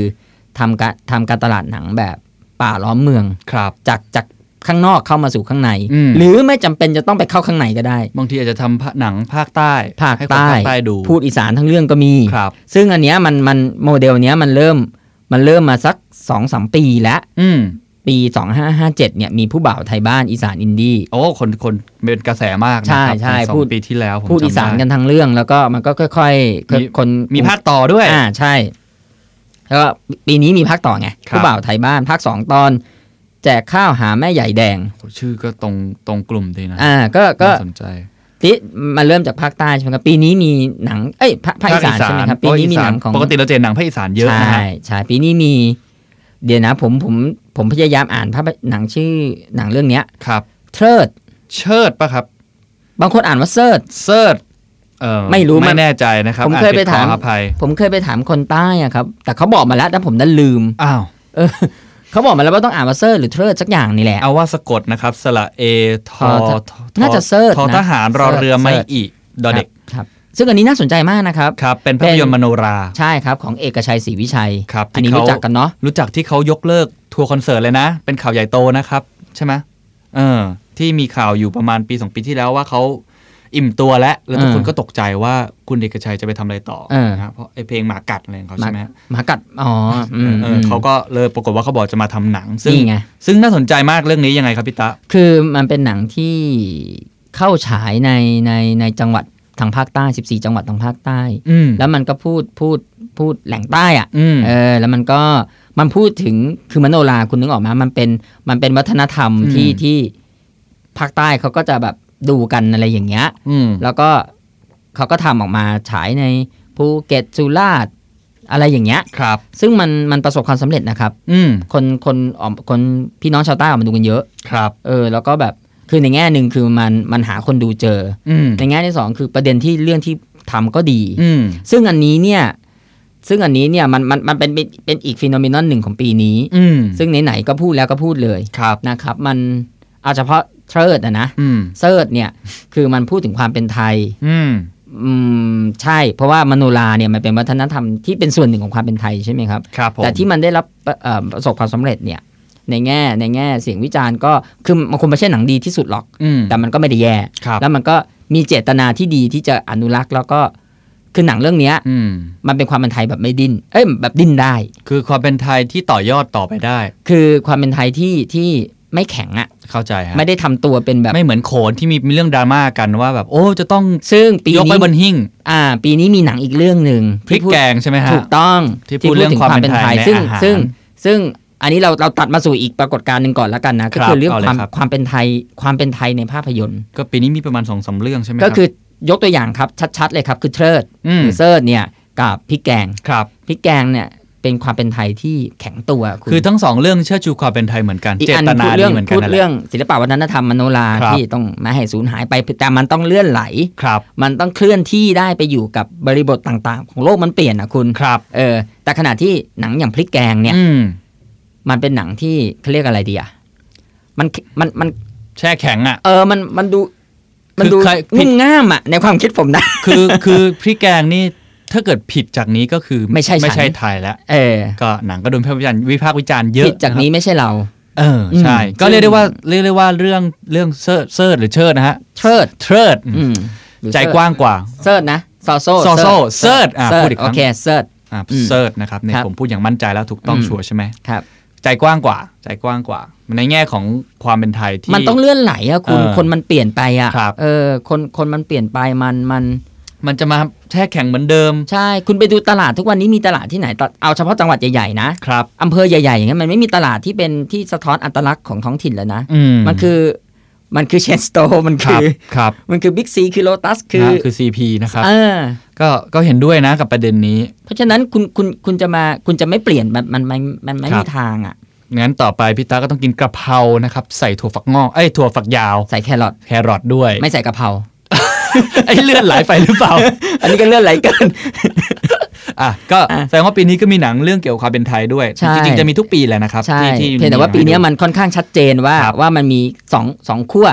Speaker 3: ทำการทำการตลาดหนังแบบป่าล้อมเมือง
Speaker 2: ครับ
Speaker 3: จากจากข้างนอกเข้ามาสู่ข้างใน
Speaker 2: อืม
Speaker 3: หรือไม่จำเป็นจะต้องไปเข้าข้างในก็ได้
Speaker 2: บางทีอาจจะทำหนังภาคใต้
Speaker 3: ภาค
Speaker 2: ให้คน
Speaker 3: ใต้
Speaker 2: ภาคใต้ดู
Speaker 3: พูดอีสานทั้งเรื่องก็มี
Speaker 2: ครับ
Speaker 3: ซึ่งอันเนี้ยมันมันโมเดลเนี้ยมันเริ่มมันเริ่มมาสักสองสามปีแล้ว
Speaker 2: อืม
Speaker 3: ปี 2557เนี่ยมีผู้บ่าวไทยบ้านอีสานอินดี้
Speaker 2: โอ้คนคนเป็นกระแสมากนะ
Speaker 3: ใช่
Speaker 2: ครับ
Speaker 3: ใช่
Speaker 2: สอง
Speaker 3: พูด
Speaker 2: ปีที่แล้วผม
Speaker 3: พูดอีสาน
Speaker 2: จำไ
Speaker 3: กันทั้งเรื่อง แล้วก็มันก็ค่อยๆค่อย
Speaker 2: มี
Speaker 3: คน
Speaker 2: มีภาคต่อด้วย
Speaker 3: อ่าใช่ แล้วก็ปีนี้มีภาคต่อไง
Speaker 2: ครับ
Speaker 3: ผู้บ่าวไทยบ้านภาคสองตอน แจกข้าวหาแม่ใหญ่แดง
Speaker 2: โหชื่อก็ตรงตรงกลุ่มดีนะ
Speaker 3: อ่าก็ก็
Speaker 2: น่าสนใจ
Speaker 3: ที่มาเริ่มจากภาคใต้ใช่ไหมครับปีนี้มีหนังเอ้ยภาคภาคอีสานใช่ไหมครับปีนี้มีหนังของ
Speaker 2: ปกติเราจะเห็นหนังภาคอีสานเยอะนะฮะ
Speaker 3: ใช่ใช่ปีนี้มี เดี๋ยวนะผมผมผมพยายามอ่านภาพหนังชื่อหนังเรื่องเนี้ย
Speaker 2: ครับ
Speaker 3: เทิด
Speaker 2: เชิดปะครับ
Speaker 3: บางคนอ่านว่าเซิร์ด
Speaker 2: เซิร์ดเอ่อ
Speaker 3: ไม่รู้มัน
Speaker 2: ไม่แน่ใจนะครับ
Speaker 3: ผมเคย
Speaker 2: อ่น
Speaker 3: ไปถาม
Speaker 2: ขออภัย
Speaker 3: ผมเคยไปถามคนใต้อะครับ แต่เขาบอกมาแล้วแต่ผมนั้นลืม
Speaker 2: อ้าว
Speaker 3: เอ อเขาบอกมาแล้วว่าต้องอ่านว่าเซิร์ดหรือเทิดสักอย่างนี่แหละ
Speaker 2: เอาว่าสะกดนะครับ สระเอทอ
Speaker 3: ทอ
Speaker 2: ทอ
Speaker 3: น่าจะเสิร์ช
Speaker 2: ทอ
Speaker 3: นะ
Speaker 2: ทหารรอเรือ
Speaker 3: เสิร์ช
Speaker 2: ไม่อีดอเด็ก
Speaker 3: ครับครับ ซึ่งอันนี้น่าสนใจมากนะครับ
Speaker 2: ครับ เป็นภาพยนตร์มโนรา
Speaker 3: ใช่ครับของเอกชัยศรีวิชัย
Speaker 2: ครับที่
Speaker 3: อันนี้
Speaker 2: เขารู้
Speaker 3: รู้จักกันเนาะ
Speaker 2: รู้จักที่เขายกเลิกทัวร์คอนเสิร์ตเลยนะ เป็นข่าวใหญ่โตนะครับ ใช่ไหมเออ ที่มีข่าวอยู่ประมาณปีสองปีที่แล้วว่าเขาอิ่มตัวแล้ว แล้วทุกคนก็ตกใจว่าคุณเอกชัยจะไปทำอะไรต่อนะครับเพราะไอเพลงหมากัดอะไรของเขาใช่ไหมฮะ
Speaker 3: หมากัดอ๋ออืม
Speaker 2: เออเขาก็เลยปรากฏว่าเขาบอกจะมาทำหนัง ซึ่ง
Speaker 3: นี่ไง
Speaker 2: ซึ่งน่าสนใจมากเรื่องนี้ยังไงครับพี่ตะ
Speaker 3: คือมันเป็นหนังที่เข้าฉายในในในจังหวัดทางภาคใต้ 14 จังหวัดทางภาคใต้
Speaker 2: อืม
Speaker 3: แล้วมันก็พูดพูดพูดแหล่งใต้อะ
Speaker 2: อืม
Speaker 3: เออแล้วมันก็มันพูดถึงคือมโนราคุณนึกออกไหมมันเป็นมันเป็นวัฒนธรรม
Speaker 2: อืม
Speaker 3: ที่ที่ภาคใต้เขาก็จะแบบดูกันอะไรอย่างเงี้ย
Speaker 2: อืม
Speaker 3: แล้วก็เขาก็ทำออกมาฉายในภูเก็ตสุราษฎร์อะไรอย่างเงี้ย
Speaker 2: ครับ
Speaker 3: ซึ่งมันมันประสบความสำเร็จนะครับ
Speaker 2: อืม
Speaker 3: คนคนออกคนพี่น้องชาวใต้ออกมาดูกันเยอะ
Speaker 2: ครับ
Speaker 3: เออแล้วก็แบบคือในแง่หนึ่งคือมันมันหาคนดูเจอ
Speaker 2: อืม
Speaker 3: ในแง่ที่สองคือประเด็นที่เรื่องที่ทำก็ดี
Speaker 2: อืม
Speaker 3: ซึ่งอันนี้เนี่ยซึ่งอันนี้เนี่ยมันมันมันเป็นเป็นเป็นอีกฟีโนเมนอนหนึ่งของปีนี้
Speaker 2: อืม
Speaker 3: ซึ่งไหนๆก็พูดแล้วก็พูดเลย
Speaker 2: ครับ
Speaker 3: นะครับ มันเอาเฉพาะเทิร์ดอะนะ
Speaker 2: อืม
Speaker 3: เซิร์ดเนี่ยคือมันพูดถึงความเป็นไทย
Speaker 2: อืม
Speaker 3: อืมใช่ เพราะว่ามโนราเนี่ยมันเป็นวัฒนธรรมที่เป็นส่วนหนึ่งของความเป็นไทยใช่ไหมครับ
Speaker 2: ครับผม
Speaker 3: แต่ที่มันได้รับเอ่อประสบความสำเร็จเนี่ยในแง่ในแง่เสียงวิจารณ์ก็คือมันคงไม่ใช่หนังดีที่สุดหรอก
Speaker 2: อืม
Speaker 3: แต่มันก็ไม่ได้แย่
Speaker 2: ครับ
Speaker 3: แล้วมันก็มีเจตนาที่ดีที่จะอนุรักษ์แล้วก็คือหนังเรื่องเนี้ย
Speaker 2: อืม
Speaker 3: มันเป็นความเป็นไทยแบบไม่ดิ้นเอ้ยแบบดิ้นได้
Speaker 2: คือความเป็นไทยที่ต่อยอดต่อไปได้
Speaker 3: คือความเป็นไทยที่ที่ไม่แข็งอะ
Speaker 2: เข้าใจฮะ
Speaker 3: ไม่ได้ทำตัวเป็นแบบ
Speaker 2: ไม่เหมือนโขนที่มีมีเรื่องดราม่ากันว่าแบบ โอ้ จะต้อง
Speaker 3: ซึ่งปี
Speaker 2: ยกไป
Speaker 3: นี้
Speaker 2: บนหิ้ง
Speaker 3: อ่า ปีนี้มีหนังอีกเรื่องหนึ่ง
Speaker 2: พริ
Speaker 3: ที่
Speaker 2: ก
Speaker 3: พูด
Speaker 2: แกงใช่ไหมฮะ
Speaker 3: ถูกต้อง
Speaker 2: ที่พูดเรื่อง
Speaker 3: ถึ
Speaker 2: ความเป็นไทยใน
Speaker 3: ซึ่ง
Speaker 2: อาหาร
Speaker 3: ซึ่งซึ่งอันนี้เราเราตัดมาสู่อีกปรากฏการณ์หนึ่งก่อนละกันนะ ก็
Speaker 2: ครับ
Speaker 3: คือเรื่อง
Speaker 2: เอาเลย
Speaker 3: ความ
Speaker 2: ครับ
Speaker 3: ความเป็นไทยความเป็นไทยในภาพยนตร์
Speaker 2: ก็ปีนี้มีประมาณสองสามเรื่องใช่ไหม
Speaker 3: ก็
Speaker 2: รับ
Speaker 3: คือยกตัวอย่างครับ ชัดๆเลยครับ คือเทิร์ด
Speaker 2: อืม
Speaker 3: หรือเซิร์ดเนี่ยกับพริกแกง
Speaker 2: ครับ
Speaker 3: พริกแกงเนี่ยเป็นความเป็นไทยที่แข็งตัวณ
Speaker 2: คือทั้งสองเรื่องเชื่อชูความเป็นไทยเหมือนกัน
Speaker 3: อีก
Speaker 2: เจ
Speaker 3: อัน
Speaker 2: ตนา
Speaker 3: พูด
Speaker 2: ดี
Speaker 3: เรื่อง
Speaker 2: เหมือนกั
Speaker 3: พู
Speaker 2: น
Speaker 3: ด
Speaker 2: นั่นแห
Speaker 3: เรื่
Speaker 2: ละ
Speaker 3: องศิลปวัฒนธรรมมโนรา
Speaker 2: ครับ
Speaker 3: ที่ต้องไมาให้สูญหายไปแต่มันต้องเลื่อนไหล
Speaker 2: ครับ
Speaker 3: มันต้องเคลื่อนที่ได้ไปอยู่กับบริบทต่างๆ ของโลกมันเปลี่ยนนะคุณ
Speaker 2: ครับ
Speaker 3: เออแต่ขณะที่หนังอย่างพริกแกงเนี่ย
Speaker 2: อืม
Speaker 3: มันเป็นหนังที่เขาเรียกอะไรดีอ่ะ มันมันมัน
Speaker 2: แช่แข็ง อ่ะ
Speaker 3: เออมันมันดู มันดู
Speaker 2: คือใครผิด
Speaker 3: งุ่มง่ามอ่ะในความคิดผมนะ
Speaker 2: คือคือพริกแกงนี่ถ้าเกิดผิดจากนี้ก็คือ
Speaker 3: ไม่ใช่ฉัน
Speaker 2: ไม่ใช่ไทยแล้ว
Speaker 3: เออ
Speaker 2: ก็หนังก็โดนวิพากษ์วิจารณ์วิพากษ์วิจารณ์เยอะ
Speaker 3: ผิดจากนี้ไม่ใช่เรา
Speaker 2: นะครับเออใช่
Speaker 3: อืม
Speaker 2: ก็เรียกได้ว่าเรียกได้ว่าเรื่องเรื่องเซิร์ดเซิร์ดหรือเชิดนะฮะ
Speaker 3: เชิด
Speaker 2: เชิด
Speaker 3: อืมหรือ
Speaker 2: ใจกว้างกว่า
Speaker 3: เซิร์ดนะซอโซ
Speaker 2: ซอโซ่เซิร์ดอ่ะ
Speaker 3: เซิ
Speaker 2: พู
Speaker 3: ร์
Speaker 2: ด
Speaker 3: ด
Speaker 2: อีกครั้
Speaker 3: โอง เคเซิร์ด
Speaker 2: อ่า
Speaker 3: อืม
Speaker 2: เซิร์ดนะครับเนี่ย
Speaker 3: ครับ
Speaker 2: ผมพูดอย่างมั่นใจแล้วถูกต้อง
Speaker 3: อืม
Speaker 2: ชัวร์ใช่ไหม
Speaker 3: ครับ
Speaker 2: ใจกว้างกว่า ใจกว้างกว่า ในแง่ของความเป็นไทยที่
Speaker 3: มันต้องเลื่อนไหลอ่ะคุณ
Speaker 2: เออ
Speaker 3: คนมันเปลี่ยนไปอ่ะ
Speaker 2: ครับ
Speaker 3: เออ คนคนมันเปลี่ยนไปมันมัน
Speaker 2: มันจะมาแช่แข็งเหมือนเดิม
Speaker 3: ใช่คุณไปดูตลาดทุกวันนี้มีตลาดที่ไหนตเอาเฉพาะจังหวัดใหญ่ๆนะครับ อำเภอใหญ่ๆอย่างนั้นมันไม่มีตลาดที่เป็นที่สะท้อนอัตลักษณ์ของท้องถิ่นแล้วนะ
Speaker 2: อืม
Speaker 3: มันคือมันคือเชนสโต มัน
Speaker 2: ครับ
Speaker 3: คือ
Speaker 2: ครับ
Speaker 3: มันคือบิ๊กซีคือโ o ตัสคื
Speaker 2: นะ
Speaker 3: อ
Speaker 2: คือ CP นะครับ
Speaker 3: เออ
Speaker 2: ก็ก็เห็นด้วยนะกับประเด็นนี้
Speaker 3: เพราะฉะนั้นคุณคุณคุณจะมาคุณจะไม่เปลี่ยนมันมันมันมันไม่
Speaker 2: ครับ
Speaker 3: มีทางอ่ะ
Speaker 2: งั้นต่อไปพี่ตาก็ต้องกินกระเพรานะครับ ใส่ถั่วฝักงอกเอ้ยถั่วฝักยาว
Speaker 3: ใส่แครอท
Speaker 2: แครอทด้วย
Speaker 3: ไม่ใส่กะเพรา
Speaker 2: ไอ้เลื่อนไหลไปหรือเปล่า
Speaker 3: อันนี้ก็เลื่อนไหลเกิน
Speaker 2: อ่ะก็
Speaker 3: อ่ะ
Speaker 2: แสดงว่าปีนี้ก็มีหนังเรื่องเกี่ยวกับความเป็นไทยด้วย
Speaker 3: ใช่
Speaker 2: จริงๆ จะมีทุกปีแหละ นะครับ
Speaker 3: ใช่
Speaker 2: ที่ที่
Speaker 3: เพียงแต่ว่าปีเนี้ยมันค่อนข้างชัดเจนว่าว่ามันมีสองสองขั้ว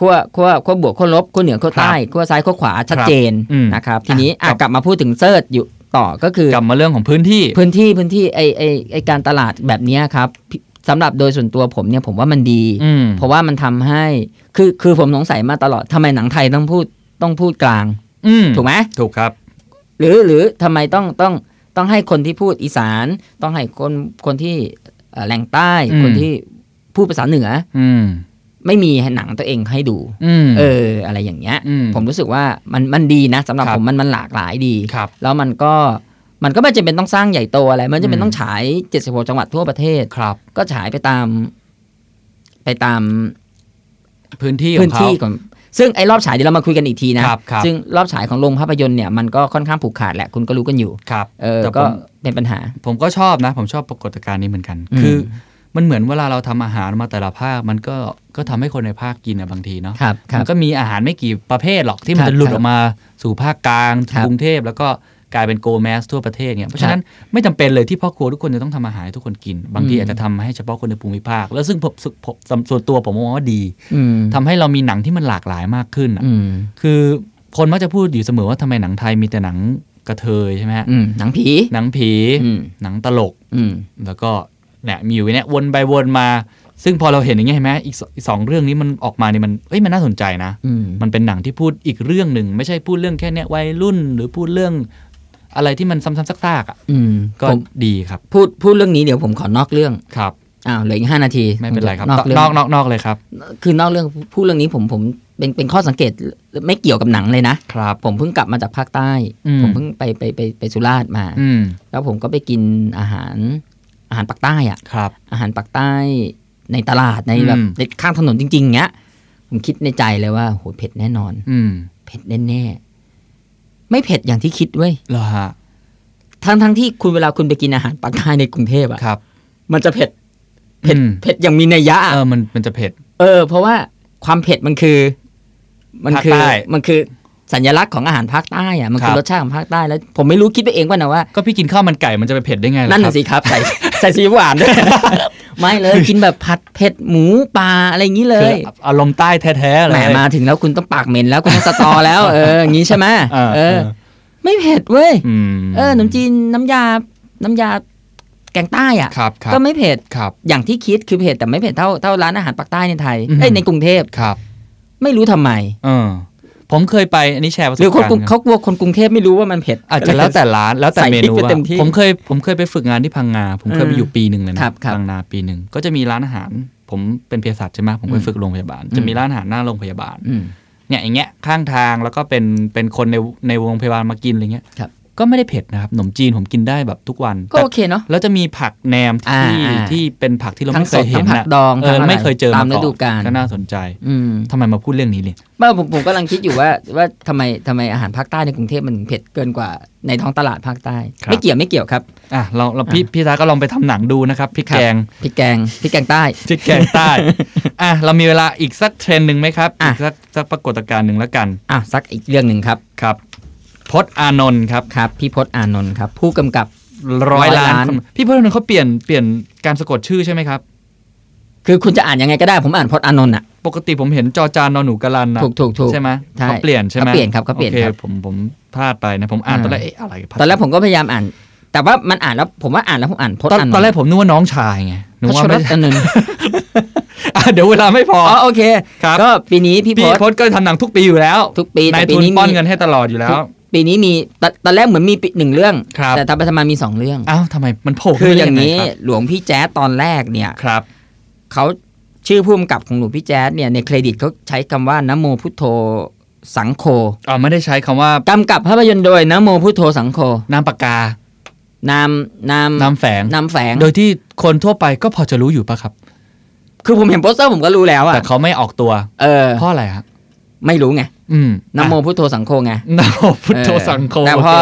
Speaker 3: ขั้วขั้วขั้วบวกขั้วลบขั้วเหนือขั้วใต้ขั้วซ้ายขั้วขวาชัดเจน
Speaker 2: อืม
Speaker 3: นะครับทีนี้อ่ะกลับมาพูดถึงเซิร์ชอยู่ต่อก็คือก
Speaker 2: ลับมาเรื่องของพื้นที่
Speaker 3: พื้นที่พื้นที่ไอไอไอการตลาดแบบเนี้ยครับสำหรับโดยส่วนตัวผมเนี่ยผมว่ามันดี
Speaker 2: อืม
Speaker 3: เพราะว่ามันทำให้คือคือผมสงสัยมาตลอดทำไมหนังไทยต้องพูดต้องพูดกลาง
Speaker 2: อืม
Speaker 3: ถูกไหม
Speaker 2: ถูกครับ
Speaker 3: หรือหรือทำไมต้องต้องต้องให้คนที่พูดอีสาน ต้องให้คนคนที่เอ่อแหล่งใต้
Speaker 2: อืม
Speaker 3: คนที่พูดภาษาเหนือ
Speaker 2: อืม
Speaker 3: ไม่มีให้หนังตัวเองให้ดู
Speaker 2: อืม
Speaker 3: เอออะไรอย่างเงี้ย
Speaker 2: อืม
Speaker 3: ผมรู้สึกว่ามันมันดีนะสำหรับ
Speaker 2: ครับ
Speaker 3: ผมมันมันหลากหลายดี
Speaker 2: ครับ
Speaker 3: แล้วมันก็มันก็ไม่จำเป็นต้องสร้างใหญ่โตอะไร มันจะเป็
Speaker 2: อื
Speaker 3: น
Speaker 2: ม
Speaker 3: ต้องฉาย76จังหวัดทั่วประเทศ
Speaker 2: ครับ
Speaker 3: ก็ฉายไปตาม ไปตาม
Speaker 2: พื้นที่ข
Speaker 3: พื้
Speaker 2: อนงเขา
Speaker 3: ที่ก่อนซึ่งไอ้รอบฉายเดี๋ยวเรามาคุยกันอีกทีนะครับ
Speaker 2: ครับ
Speaker 3: ซึ่งรอบฉายของโรงภาพยนตร์เนี่ยมันก็ค่อนข้างผูกขาดแหละคุณก็รู้กันอยู่
Speaker 2: ครับ
Speaker 3: เออ
Speaker 2: แต่ผ
Speaker 3: ก็
Speaker 2: ม
Speaker 3: เป็นปัญหา
Speaker 2: ผมก็ชอบนะ ผมชอบปรากฏการณ์นี้เหมือนกัน
Speaker 3: อืม
Speaker 2: คือมันเหมือนเวลาเราทำอาหารมาแต่ละภาค มันก็ก็ทำให้คนในภาคกินอะบางทีเนาะ
Speaker 3: ครับครั
Speaker 2: มั
Speaker 3: บ
Speaker 2: นก็มีอาหารไม่กี่ประเภทหรอกที่มัน
Speaker 3: ครับ
Speaker 2: จะหลุดออกมาสู่ภาคกลาง
Speaker 3: ครับ
Speaker 2: กรุงเทพแล้วก็กลายเป็นโกลแมสทั่วประเทศเนี่ยเพราะฉะนั้นไม่จำเป็นเลยที่พ่อครัวทุกคนจะต้องทำอาหารให้ทุกคนกิน บางที
Speaker 3: อืม
Speaker 2: อาจจะทำให้เฉพาะคนในภูมิภาค แล้วซึ่งผมสึกผมส่วนตัวผมมองว่าดี
Speaker 3: อืม
Speaker 2: ทำให้เรามีหนังที่มันหลากหลายมากขึ้นอะ
Speaker 3: อืม
Speaker 2: คือคนมักจะพูดอยู่เสมอว่าทำไมหนังไทยมีแต่หนังกระเทยใช่ไหมฮะ
Speaker 3: อืมหนังผี
Speaker 2: หนังผี
Speaker 3: อืม
Speaker 2: หนังตลก
Speaker 3: อืม
Speaker 2: แล้วก็เนี่ยมีอยู่เนี่ยวนไปวนมา ซึ่งพอเราเห็นอย่างเงี้ยเห็นไหมอีกสอีกสองเรื่องนี้มันออกมาเนี่ยมันเอ้ยมันน่าสนใจนะ
Speaker 3: อืม
Speaker 2: มันเป็นหนังที่พูดอีกเรื่องหนึ่ง ไม่ใช่พูดเรื่องแค่เนี่ยวัยรุ่น หรือพูดเรื่องอะไรที่มันซ้ำๆซักๆอ่ะ
Speaker 3: อืม
Speaker 2: ก็
Speaker 3: ผม
Speaker 2: ดีครับ
Speaker 3: พูดพูดเรื่องนี้เดี๋ยวผมขอนอกเรื่อง
Speaker 2: ครับ
Speaker 3: อ้าวเหลืออีกห้านาที
Speaker 2: ไม่เป็นไรครับ
Speaker 3: นอกเรื่อง
Speaker 2: นอกนอกนอกเลยครับ
Speaker 3: คือนอกเรื่องพูดเรื่องนี้ผมผมเป็นเป็นข้อสังเกตไม่เกี่ยวกับหนังเลยนะ
Speaker 2: ครับ
Speaker 3: ผมเพิ่งกลับมาจากภาคใต้
Speaker 2: อืม
Speaker 3: ผมเพิ่งไปไปไปไปสุราษฎร์มา
Speaker 2: อืม
Speaker 3: แล้วผมก็ไปกินอาหารอาหารปักใต้อะ
Speaker 2: ครับ
Speaker 3: อาหารปักใต้ในตลาดในแบบ
Speaker 2: อืม
Speaker 3: ในข้างถนนจริง ๆเงี้ย ผมคิดในใจเลยว่าโหเผ็ดแน่นอน
Speaker 2: อืม
Speaker 3: เผ็ดแน่ๆไม่เผ็ดอย่างที่คิดเว้ย
Speaker 2: เหรอฮะ
Speaker 3: ทั้งทั้งที่คุณเวลาคุณไปกินอาหารปากใต้ในกรุงเทพอะ
Speaker 2: ครับ
Speaker 3: มันจะเผ็ด เผ็ด
Speaker 2: อืม
Speaker 3: เผ็ดอย่างมีนัยยะอะ
Speaker 2: เออมันมันจะเผ็ด
Speaker 3: เออ เพราะว่าความเผ็ดมันคือ มันคื
Speaker 2: ภาคใต้
Speaker 3: มันคือสัญลักษณ์ของอาหารภาคใต้อะมัน
Speaker 2: ค
Speaker 3: คือ
Speaker 2: รับ
Speaker 3: รสชาติของภาคใต้แล้ว ผมไม่รู้คิดไปเองว่านะว่า
Speaker 2: ก็พี่กินข้าวมันไก่มันจะไปเผ็ดได้ไงล่ะ
Speaker 3: นั่น
Speaker 2: ครั
Speaker 3: น่ะ
Speaker 2: บ
Speaker 3: สิครับ ใส่ใส่ซีอิ๊วหวาน ด้วย ไม่เลย กินแบบผัดเผ็ดหมูปลาอะไรอย่างนี้เล
Speaker 2: คือย อารมณ์ใต้แท้ๆเลย
Speaker 3: แหมมาถึงแล้วคุณต้องปากเหม็นแล้วคุณต้องสตอแล้ว เอ ออย่างนี้ใช่ไหม
Speaker 2: เออ
Speaker 3: เอ
Speaker 2: เอ
Speaker 3: อ
Speaker 2: อ
Speaker 3: ไม่เผ็ดเว้ย
Speaker 2: ม
Speaker 3: เออขนมจีนน้ำยา น้ำยาแกงใต้อ่ะ
Speaker 2: ครับครับ
Speaker 3: ก็ไม่เผ็ด
Speaker 2: ครับ
Speaker 3: อย่างที่คิดคือเผ็ดแต่ไม่เผ็ดเท่าเท่าร้านอาหารปากใต้ในไทย
Speaker 2: อือหือ
Speaker 3: เอ้ยในกรุงเทพ
Speaker 2: ครับ
Speaker 3: ไม่รู้ทำไม
Speaker 2: เออผมเคยไปอันนี้แชร์ประส
Speaker 3: ห
Speaker 2: บ
Speaker 3: รือคน
Speaker 2: การ
Speaker 3: กรุง
Speaker 2: ณ์
Speaker 3: เขากลัวคนกรุงเทพไม่รู้ว่ามันเผ็ด
Speaker 2: อาจจะแล้วแต่ร้านแล้วแต่
Speaker 3: ใส่
Speaker 2: เม
Speaker 3: พริก
Speaker 2: นู
Speaker 3: ไป
Speaker 2: อะ
Speaker 3: เต็มที่
Speaker 2: ผมเคยผมเคยไปฝึกงานที่พังงา ผมเคยไป
Speaker 3: อืม
Speaker 2: อยู่ปีหนึ่งเลยนะครับ
Speaker 3: ครับ
Speaker 2: พังนาปีหนึ่งก็จะมีร้านอาหาร ผมเป็นเภสัชใช่ไหมผมไป
Speaker 3: อืม
Speaker 2: ฝึกโรงพยาบาล
Speaker 3: อืม
Speaker 2: จะมีร้านอาหารหน้าโรงพยาบาล
Speaker 3: อืม
Speaker 2: เนี่ยอย่างเงี้ยข้างทางแล้วก็เป็นเป็นคนในในโรงพยาบาลมากินอะไรเงี้ย
Speaker 3: ครับ
Speaker 2: ก็ไม่ได้เผ็ดนะครับขนมจีนผมกินได้แบบทุกวัน
Speaker 3: ก็
Speaker 2: แต่
Speaker 3: โอเคเนาะ
Speaker 2: แล้วจะมีผักแหนม
Speaker 3: อ่า
Speaker 2: ที่
Speaker 3: อ่า
Speaker 2: ที่เป็นผักที่เรา
Speaker 3: ทั้
Speaker 2: ไม่
Speaker 3: ง
Speaker 2: เคย
Speaker 3: สด
Speaker 2: เห็น
Speaker 3: ทั้งผัก
Speaker 2: น่ะ
Speaker 3: ดอง
Speaker 2: เอ
Speaker 3: ทั้ง
Speaker 2: อ
Speaker 3: อะไร
Speaker 2: ไม่เคยเจอ
Speaker 3: ตามฤดูกาล
Speaker 2: ก็น่าสนใจ
Speaker 3: อืม
Speaker 2: ทำไมมาพูดเรื่องนี้เลย
Speaker 3: ไม่ผมผมกำลังคิดอยู่ว่าว่าทำไมทำไมอาหารภาคใต้ในกรุงเทพมันถึงเผ็ดเกินกว่าในท้องตลาดภาคใต้
Speaker 2: ครับ
Speaker 3: ไม่เกี่ยวไม่เกี่ยวครับ
Speaker 2: อ่ะเราเราพี่พี่ตาก็ลองไปทำหนังดูนะครับพี่
Speaker 3: ครับ
Speaker 2: แกง
Speaker 3: พริกแกงพริกแกงใต้
Speaker 2: จิกแกง ใต้ อ่ะ เรามีเวลาอีกสักเทรนด์หนึ่งไหมครับ
Speaker 3: อ่ะ
Speaker 2: อีกสักสักปรากฏการณ์หนึ่งแล้วกัน
Speaker 3: อ่ะซักอีกเรื่องหนึ่งครับ
Speaker 2: ครับพจน์อานนท์ครับ
Speaker 3: ครับ พี่พศอานนท์ครับ ผู้กำกับ
Speaker 2: ร้อย
Speaker 3: ร้อย
Speaker 2: ล้า
Speaker 3: ล้าน น
Speaker 2: คนพี่พจน์อานนท์เขาเปลี่ยนเปลี่ยนการสะกดชื่อใช่ไหมครับ
Speaker 3: คือคุณจะอ่านยังไงก็ได้ผมอ่านพศอานนท์อ่ะ
Speaker 2: ปกติผมเห็นจอจานนอนหนูกะลันนะ
Speaker 3: ถูกถูกถูก
Speaker 2: ใช่ไหม
Speaker 3: ใช่
Speaker 2: เขาเปลี่ยนใช่ไหม
Speaker 3: เขาเปลี่ยนครับเขาเปลี่ยน
Speaker 2: โอ
Speaker 3: ครับ
Speaker 2: ผมผมพลาดไปนะผมอ่าน
Speaker 3: อ่า
Speaker 2: ตอนแรกเอ๊ะอะไรพลาด
Speaker 3: ตอนแรกผมก็พยายามอ่าน แต่ว่ามันอ่านแล้วผมว่าอ่านแล้วผมอ่านพจ
Speaker 2: ตอน
Speaker 3: น์อานนท์
Speaker 2: ตอนแรกผมนึกว่าน้องชายไงนึก
Speaker 3: พ
Speaker 2: ว่า
Speaker 3: ชร
Speaker 2: ไม่
Speaker 3: อานนท์
Speaker 2: อ่ะเดี๋ยวเวลาไม่พอ
Speaker 3: อ๋อ
Speaker 2: อ
Speaker 3: โอเค
Speaker 2: ครับ
Speaker 3: ก็ปีนี้พี่พ
Speaker 2: พี่
Speaker 3: ศ
Speaker 2: พจน์ก็ทำหนังทุกปีอยู่แล้ว
Speaker 3: ทุกปี
Speaker 2: นาย
Speaker 3: แต่ปี
Speaker 2: ทุน
Speaker 3: นี้
Speaker 2: ป้อน
Speaker 3: มี
Speaker 2: เงินให้ตลอดอยู่แล้ว
Speaker 3: ทุกปีนี้มีตอนตอนแรกเหมือนมีปีหนึ่งเรื่อง
Speaker 2: ครับ
Speaker 3: แต่ทำไปทำมามีสองเรื่อง
Speaker 2: อ้าวทำไมมันโผล่ขึ้
Speaker 3: คือ
Speaker 2: มได้
Speaker 3: อย่างนี้
Speaker 2: ไครับ
Speaker 3: หลวงพี่แจ๊ดตอนแรกเนี่ย
Speaker 2: ครับ
Speaker 3: เขาชื่อผู้กำกับของหลวงพี่แจ๊ดเนี่ยในเครดิตเขาใช้คำว่านะโมพุทโธสังโฆ
Speaker 2: อ๋อไม่ได้ใช้คำว่าก
Speaker 3: ำกับภาพยนตร์โดยนะโมพุทโธสังโฆ
Speaker 2: นามปากกาน
Speaker 3: ามนาม
Speaker 2: นามแฝง
Speaker 3: นามแฝง
Speaker 2: โดยที่คนทั่วไปก็พอจะรู้อยู่ปะครับ
Speaker 3: คือผมเห็นโปสเตอร์ผมก็รู้แล้วอ่ะ
Speaker 2: แต่เขาไม่ออกตัว
Speaker 3: เออ
Speaker 2: เพราะอะไรฮะ
Speaker 3: ไม่รู้ไง
Speaker 2: อืม
Speaker 3: นะโม
Speaker 2: อ่
Speaker 3: พุทโธสังโฆไง
Speaker 2: นะโมพุทโธสังโฆ
Speaker 3: เออแต่พอ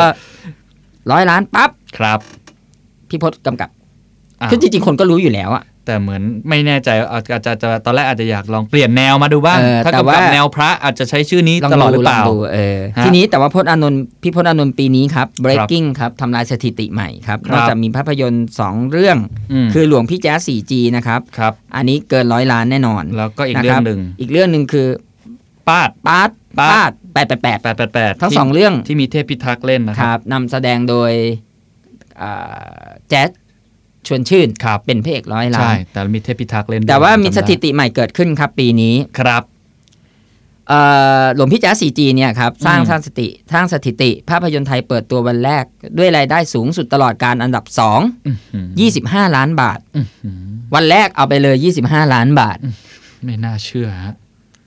Speaker 3: ร้อยล้านปั๊บ
Speaker 2: ครับ
Speaker 3: พี่พศกำกับ
Speaker 2: อ่ะ
Speaker 3: คือจริงๆ คนก็รู้อยู่แล้วอะ
Speaker 2: แต่เหมือนไม่แน่ใจอาอาจจะจะตอนแรกอาจจะอยากลองเปลี่ยนแนวมาดูบ้าง
Speaker 3: เออ
Speaker 2: ถ้า
Speaker 3: แต่
Speaker 2: กำ
Speaker 3: ว่า
Speaker 2: กับแนวพระอาจจะใช้ชื่อนี้ตลอดหรือเปล่า
Speaker 3: งดูเออ
Speaker 2: ฮะ
Speaker 3: ทีนี้แต่ว่าพจน์อานนท์พี่พจน์อานนท์ปีนี้ครับ breaking ครับทำลายสถิติใหม่ครับ
Speaker 2: ครับ
Speaker 3: นอกจากมีภาพยนตร์ 2 เรื่อง
Speaker 2: ม
Speaker 3: คือหลวงพี่แจ๊ส 4G นะครับ
Speaker 2: ครับ
Speaker 3: อันนี้เกินร้อยล้านแน่นอน
Speaker 2: แล้วก็อีก
Speaker 3: นะ
Speaker 2: เรื่
Speaker 3: ค
Speaker 2: อบ งหนึ่ง
Speaker 3: อีกเรื่องหนึ่งคือ
Speaker 2: ปาด
Speaker 3: ปาร์ต
Speaker 2: ปาร์ต
Speaker 3: ปาร์ตแปดแปดแปด
Speaker 2: แปดแปดแปด
Speaker 3: ทั้งสองเรื่อง
Speaker 2: ที่มีเทพพิทักษ์เล่นนะ
Speaker 3: ค
Speaker 2: ค
Speaker 3: รั
Speaker 2: รับบ
Speaker 3: นำแสดงโดยอ่าแจ๊สชวนชื่น
Speaker 2: ครับ
Speaker 3: เป็นพระเอกร้อยล้า
Speaker 2: ใช่
Speaker 3: น
Speaker 2: แต่มีเทพพิทักษ์เล่นด้วย
Speaker 3: แต่ว่ามี
Speaker 2: จำได้
Speaker 3: สถิติใหม่เกิดขึ้นครับปีนี้
Speaker 2: ครับ
Speaker 3: เอ่อหลวงพี่แจ๊ส 4G เนี่ยครับสร้าง
Speaker 2: อืม
Speaker 3: สร้างสถิติสร้างสถิติ ภาพยนตร์ไทยเปิดตัววันแรก ด้วยรายได้สูงสุดตลอดการอันดับ 2
Speaker 2: อื้อหือ
Speaker 3: 25 ล้านบาท
Speaker 2: อื้อหือ
Speaker 3: วันแรกเอาไปเลย 25 ล้านบาท
Speaker 2: ไม่น่าเชื่อฮะ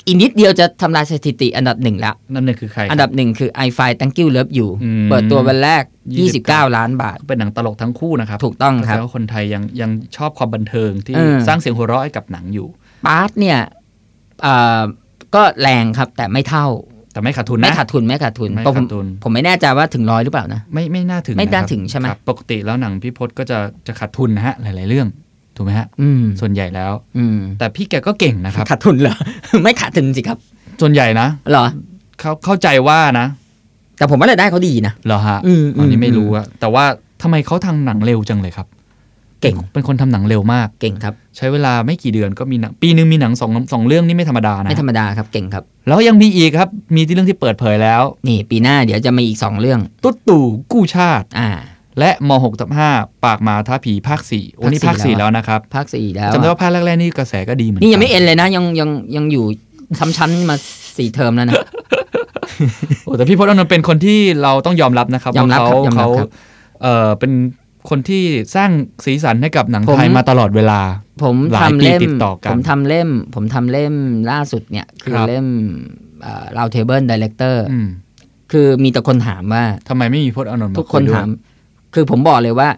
Speaker 3: อีกนิดเดียวจะทำลายสถิติอันดับหนึ่งละ
Speaker 2: นั่นเนี่ยคือใครครับ
Speaker 3: อันดับหนึ่งคือ i f i Thank You Love You
Speaker 2: อืม
Speaker 3: เปิดตัววันแรก
Speaker 2: 29
Speaker 3: 29 ล้านบาท
Speaker 2: เป็นหนังตลกทั้งคู่นะครับ
Speaker 3: ถูกต้อง
Speaker 2: แสด
Speaker 3: ครับ
Speaker 2: งว่าคนไทยยังยังชอบความบันเทิงที่
Speaker 3: เออ
Speaker 2: สร้างเสียงหัวเราะให้กับหนังอยู่
Speaker 3: ป ปาร์ตเนี่ยเอ่อก็แรงครับแต่ไม่เท่า
Speaker 2: แต่ไม่ขาดทุนนะ
Speaker 3: ไม่ขาดทุนไม่ขาดทุน
Speaker 2: ไม่
Speaker 3: ผม
Speaker 2: ขาดทุน
Speaker 3: ผมไม่แน่ใจว่าถึงร้อยหรือเปล่านะ
Speaker 2: ไม่ไม่น่าถึง
Speaker 3: ไม่น่า
Speaker 2: ะครับ
Speaker 3: ถึงใช่ไหม
Speaker 2: ครับปกติแล้วหนังพี่พศก็จะจะขาดทุนนะฮะหลาย ๆ เรื่องถูกไหมฮะ
Speaker 3: อืม
Speaker 2: ส่วนใหญ่แล้ว
Speaker 3: อืม
Speaker 2: แต่พี่แกก็เก่งนะครับ
Speaker 3: ขาดทุนเหรอ ไม่ขาดทุนสิครับ
Speaker 2: ส่วนใหญ่นะ
Speaker 3: เหรอ
Speaker 2: เขาเข้าใจว่านะ
Speaker 3: แต่ผมว่ารายได้เขาดีนะ
Speaker 2: เหรอฮะ
Speaker 3: อืม
Speaker 2: อันนี้
Speaker 3: อืม
Speaker 2: ไม่รู้อะแต่ว่าทำไมเขาทำหนังเร็วจังเลยครับ
Speaker 3: เก่ง
Speaker 2: เป็นคนทำหนังเร็วมาก
Speaker 3: เก่งครับ
Speaker 2: ใช้เวลาไม่กี่เดือนก็มีหนังปีหนึ่งมีหนังสองสองเรื่องนี่ไม่ธรรมดานะ
Speaker 3: ไม่ธรรมดาครับเก่งครับ
Speaker 2: แล้วยังมีอีกครับ มีที่เรื่องที่เปิดเผยแล้ว
Speaker 3: นี่ปีหน้าเดี๋ยวจะมีอีกสองเรื่อง
Speaker 2: ตุ๊ดตู่กู้ชาติ
Speaker 3: อ่า
Speaker 2: และม6ทับ5ปากหมาท้าผีภาคสี่โอ้นี่ภา
Speaker 3: ภา
Speaker 2: ค
Speaker 3: คสี่
Speaker 2: สี่
Speaker 3: แล้
Speaker 2: แล้ว วนะครับ
Speaker 3: ภาคสี่แล้ว
Speaker 2: จำได้
Speaker 3: อะ
Speaker 2: ว่าภาคแรกๆนี่กระแสก็ดีเหมือนกั
Speaker 3: นี่ยังไม่เอ็นเลยนะ ยังยังยังอยู่ซ้ำชั้นมาสี่เทอมแล้วนะ
Speaker 2: โอ้แต่พี่พจน์อานนท์เป็นคนที่เราต้องยอมรับนะครับ
Speaker 3: ยอมรับ
Speaker 2: ว่า
Speaker 3: ครับยอมรับ
Speaker 2: เขา
Speaker 3: ครับ
Speaker 2: เอ่อเป็นคนที่สร้างสีสันให้กับหนัง
Speaker 3: ผม
Speaker 2: ไทยมาตลอดเวลา
Speaker 3: ผม
Speaker 2: หลาย
Speaker 3: ทำ
Speaker 2: ปี
Speaker 3: เล่ม
Speaker 2: ติดต่อกัน
Speaker 3: ผมทำเล่ม ผมทำเล่มล่าสุดเนี่ย คือ
Speaker 2: ครับ
Speaker 3: เล่มเราเทเบิลดีเลกเตอร์
Speaker 2: อืม
Speaker 3: คือมีแต่คนถามว่า
Speaker 2: ทำไมไม่มีพจน์อานนท์ม
Speaker 3: ทุกคน
Speaker 2: ยด้วย
Speaker 3: ถาม คือผมบอกเลยว่า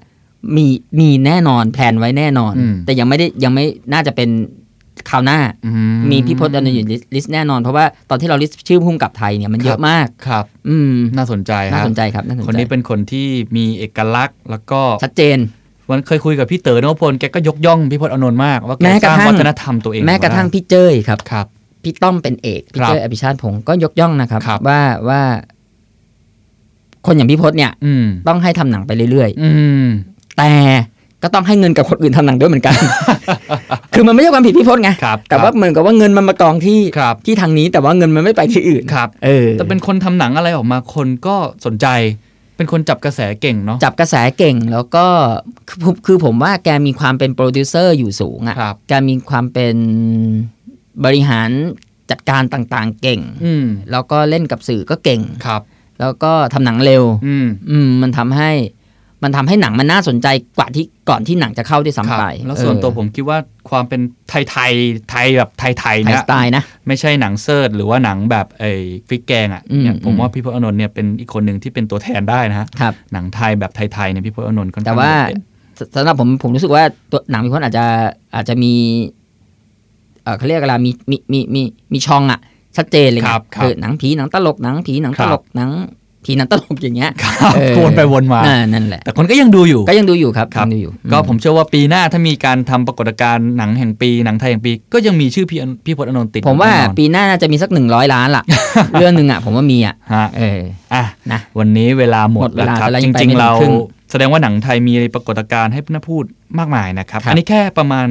Speaker 3: มีมีแน่นอนแพลนไว้แน่นอน
Speaker 2: อืม
Speaker 3: แต่ยังไม่ได้ยังไม่น่าจะเป็นคราวหน้า
Speaker 2: อื
Speaker 3: มีพี่พจน์อานนท์อยู่ลิสต์แน่นอน เพราะว่าตอนที่เราลิสต์ชื่อพุ่มกับไทยเนี่ยมันเยอะมาก
Speaker 2: ครับ
Speaker 3: อืม
Speaker 2: น่าสนใจฮะ
Speaker 3: น่าสนใจครับน่าสนใจ
Speaker 2: คนนี้เป็นคนที่มีเอกลักษณ์ แล้วก็
Speaker 3: ชัดเจน
Speaker 2: วันเคยคุยกับพี่เต๋อนพพลแกก็ยกย่องพี่พจน์อานนท์มาก ว่าแก
Speaker 3: แม้ก
Speaker 2: ส
Speaker 3: ระ
Speaker 2: ร้าง
Speaker 3: ทั่ง
Speaker 2: วัฒนธรรมตัวเอง
Speaker 3: แม้กระทั่ง
Speaker 2: มาได้
Speaker 3: พี่เจ้ยครับ
Speaker 2: ครับ
Speaker 3: พี่ต้อมเป็นเอกพี่
Speaker 2: ครับ
Speaker 3: เจ้ยอภิชาติพงศ์ก็ยกย่องนะครับ
Speaker 2: ครับ
Speaker 3: ว่าว่า คนอย่างพี่พจน์เนี่ย
Speaker 2: อืม
Speaker 3: ต้องให้ทำหนังไปเรื่อย
Speaker 2: อืม
Speaker 3: ๆ แต่ก็ต้องให้เงินกับคนอื่นทำหนังด้วยเหมือน กัน คือมันไม่ใช่ความผิดพี่พจน์ไง
Speaker 2: ครับ
Speaker 3: แต่ว่าเหมือนกับว่าเงินมันมากองที่
Speaker 2: ครับ
Speaker 3: ที่ทางนี้แต่ว่าเงินมันไม่ไปที่อื่น
Speaker 2: ครับ
Speaker 3: เออ
Speaker 2: แต่เป็นคนทำหนังอะไรออกมาคนก็สนใจ เป็นคนจับกระแสเก่งเนาะ
Speaker 3: จับกระแสเก่งแล้วก็คือผมคือผมว่าแกมีความเป็นโปรดิวเซอร์อยู่สูง
Speaker 2: ค
Speaker 3: อะ่ะ
Speaker 2: รับ
Speaker 3: แกมีความเป็นบริหารจัดการต่างๆ เก่ง
Speaker 2: อืม
Speaker 3: แล้วก็เล่นกับสื่อก็เก่ง
Speaker 2: ครับ
Speaker 3: แล้วก็ทำหนังเร็ว
Speaker 2: อืม
Speaker 3: อืมมันทำให้มันทำให้หนังมันน่าสนใจกว่าที่ก่อนที่หนังจะเข้าด้วย
Speaker 2: ครั
Speaker 3: ซ้ำ
Speaker 2: บ
Speaker 3: ไป
Speaker 2: แล้วส่วนตัว
Speaker 3: เออ
Speaker 2: ผมคิดว่าความเป็นไทยไทยๆไทยแบบไทยไทยๆ
Speaker 3: ไทย
Speaker 2: เนี่ย
Speaker 3: สไตล์นะ
Speaker 2: ไม่ใช่หนังเซิร์ชหรือว่าหนังแบบไอ้ฟิกแกงอ่ะ
Speaker 3: อืม
Speaker 2: เนี่ยผม
Speaker 3: อืม
Speaker 2: ว่าพี่พจน์อานนท์เนี่ยเป็นอีกคนหนึ่งที่เป็นตัวแทนได้นะฮะ
Speaker 3: ครับ
Speaker 2: หนังไทยแบบไทยๆเนี่ยพี่พจน์อานนท์ค่อน
Speaker 3: แต่
Speaker 2: ข้าง
Speaker 3: ว่า
Speaker 2: จะเด่น
Speaker 3: สสำหรับผมผมรู้สึกว่าตัวหนังมีคนอาจจะอาจจะมีเอ่อเขาเรียกอะไรมีมีมีมีมีช่องอะชัดเจนเลยไง
Speaker 2: ครับครับ
Speaker 3: เออหนังผีหนังตลกหนังผีหนัง
Speaker 2: ครั
Speaker 3: ต
Speaker 2: บ
Speaker 3: ลกหนังผีหนังตลกอย่างเงี้ย
Speaker 2: ครับ
Speaker 3: เออ
Speaker 2: วนไปวนมา
Speaker 3: อ่นั่นแหละ
Speaker 2: แต่คนก็ยังดูอยู่
Speaker 3: ก็ยังดูอยู่ครับ
Speaker 2: ครับ
Speaker 3: ยังดูอยู่
Speaker 2: ก็
Speaker 3: อื
Speaker 2: ผมเชื่อว่าปีหน้าถ้ามีการทำปรากฏการณ์หนังแห่งปีหนังไทยแห่งปี ก็ยังมีชื่อพี่อนุพี่พจน์อานนท์ติด
Speaker 3: ผมว่า
Speaker 2: แน่นอน
Speaker 3: ปีหน้าน่าจะมีสักหนึ่งร้อยล้าน ล่ะ เรื่องหนึ่งอะผมว่ามีอะ
Speaker 2: ฮะ
Speaker 3: เออ
Speaker 2: อ่ะ
Speaker 3: นะ
Speaker 2: วันนี้เวลาหมด
Speaker 3: หมดเว
Speaker 2: แล้ว
Speaker 3: ลา
Speaker 2: ครับ
Speaker 3: แล้ว
Speaker 2: จ
Speaker 3: ยังไป
Speaker 2: ริง
Speaker 3: ไม่
Speaker 2: ๆ
Speaker 3: ถึง
Speaker 2: เรา
Speaker 3: ครึ่ง
Speaker 2: แสดงว่าหนังไทยมีปรากฏการณ์ให้น่าพูดมากมายนะครับ
Speaker 3: ครับ
Speaker 2: อันนี้แค่ประมาณ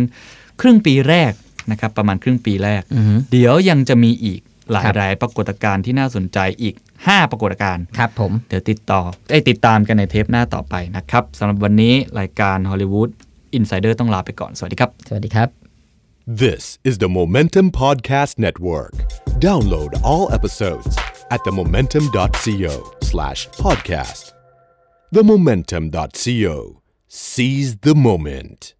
Speaker 2: ครึ่งปีแรกนะครับประมาณครึ่งปีแรก
Speaker 3: อือฮึ
Speaker 2: เดี๋ยวยังจะมีอีกหลา
Speaker 3: ค
Speaker 2: ย
Speaker 3: รับ
Speaker 2: รายปรากฏการณ์ที่น่าสนใจอีก 5 ปรากฏการณ์
Speaker 3: ครับผม
Speaker 2: เดี๋ยวติดต่อไอ้ยติดตามกันในเทปหน้าต่อไปนะครับสำหรับวันนี้รายการฮอลลีวูดอินไซเดอร์ต้องลาไปก่อน สวัสดีครับ
Speaker 3: สวัสดีครับ
Speaker 1: This is the Momentum Podcast Network. Download all episodes at themomentum.co slash podcast. Themomentum.co. Seize the moment.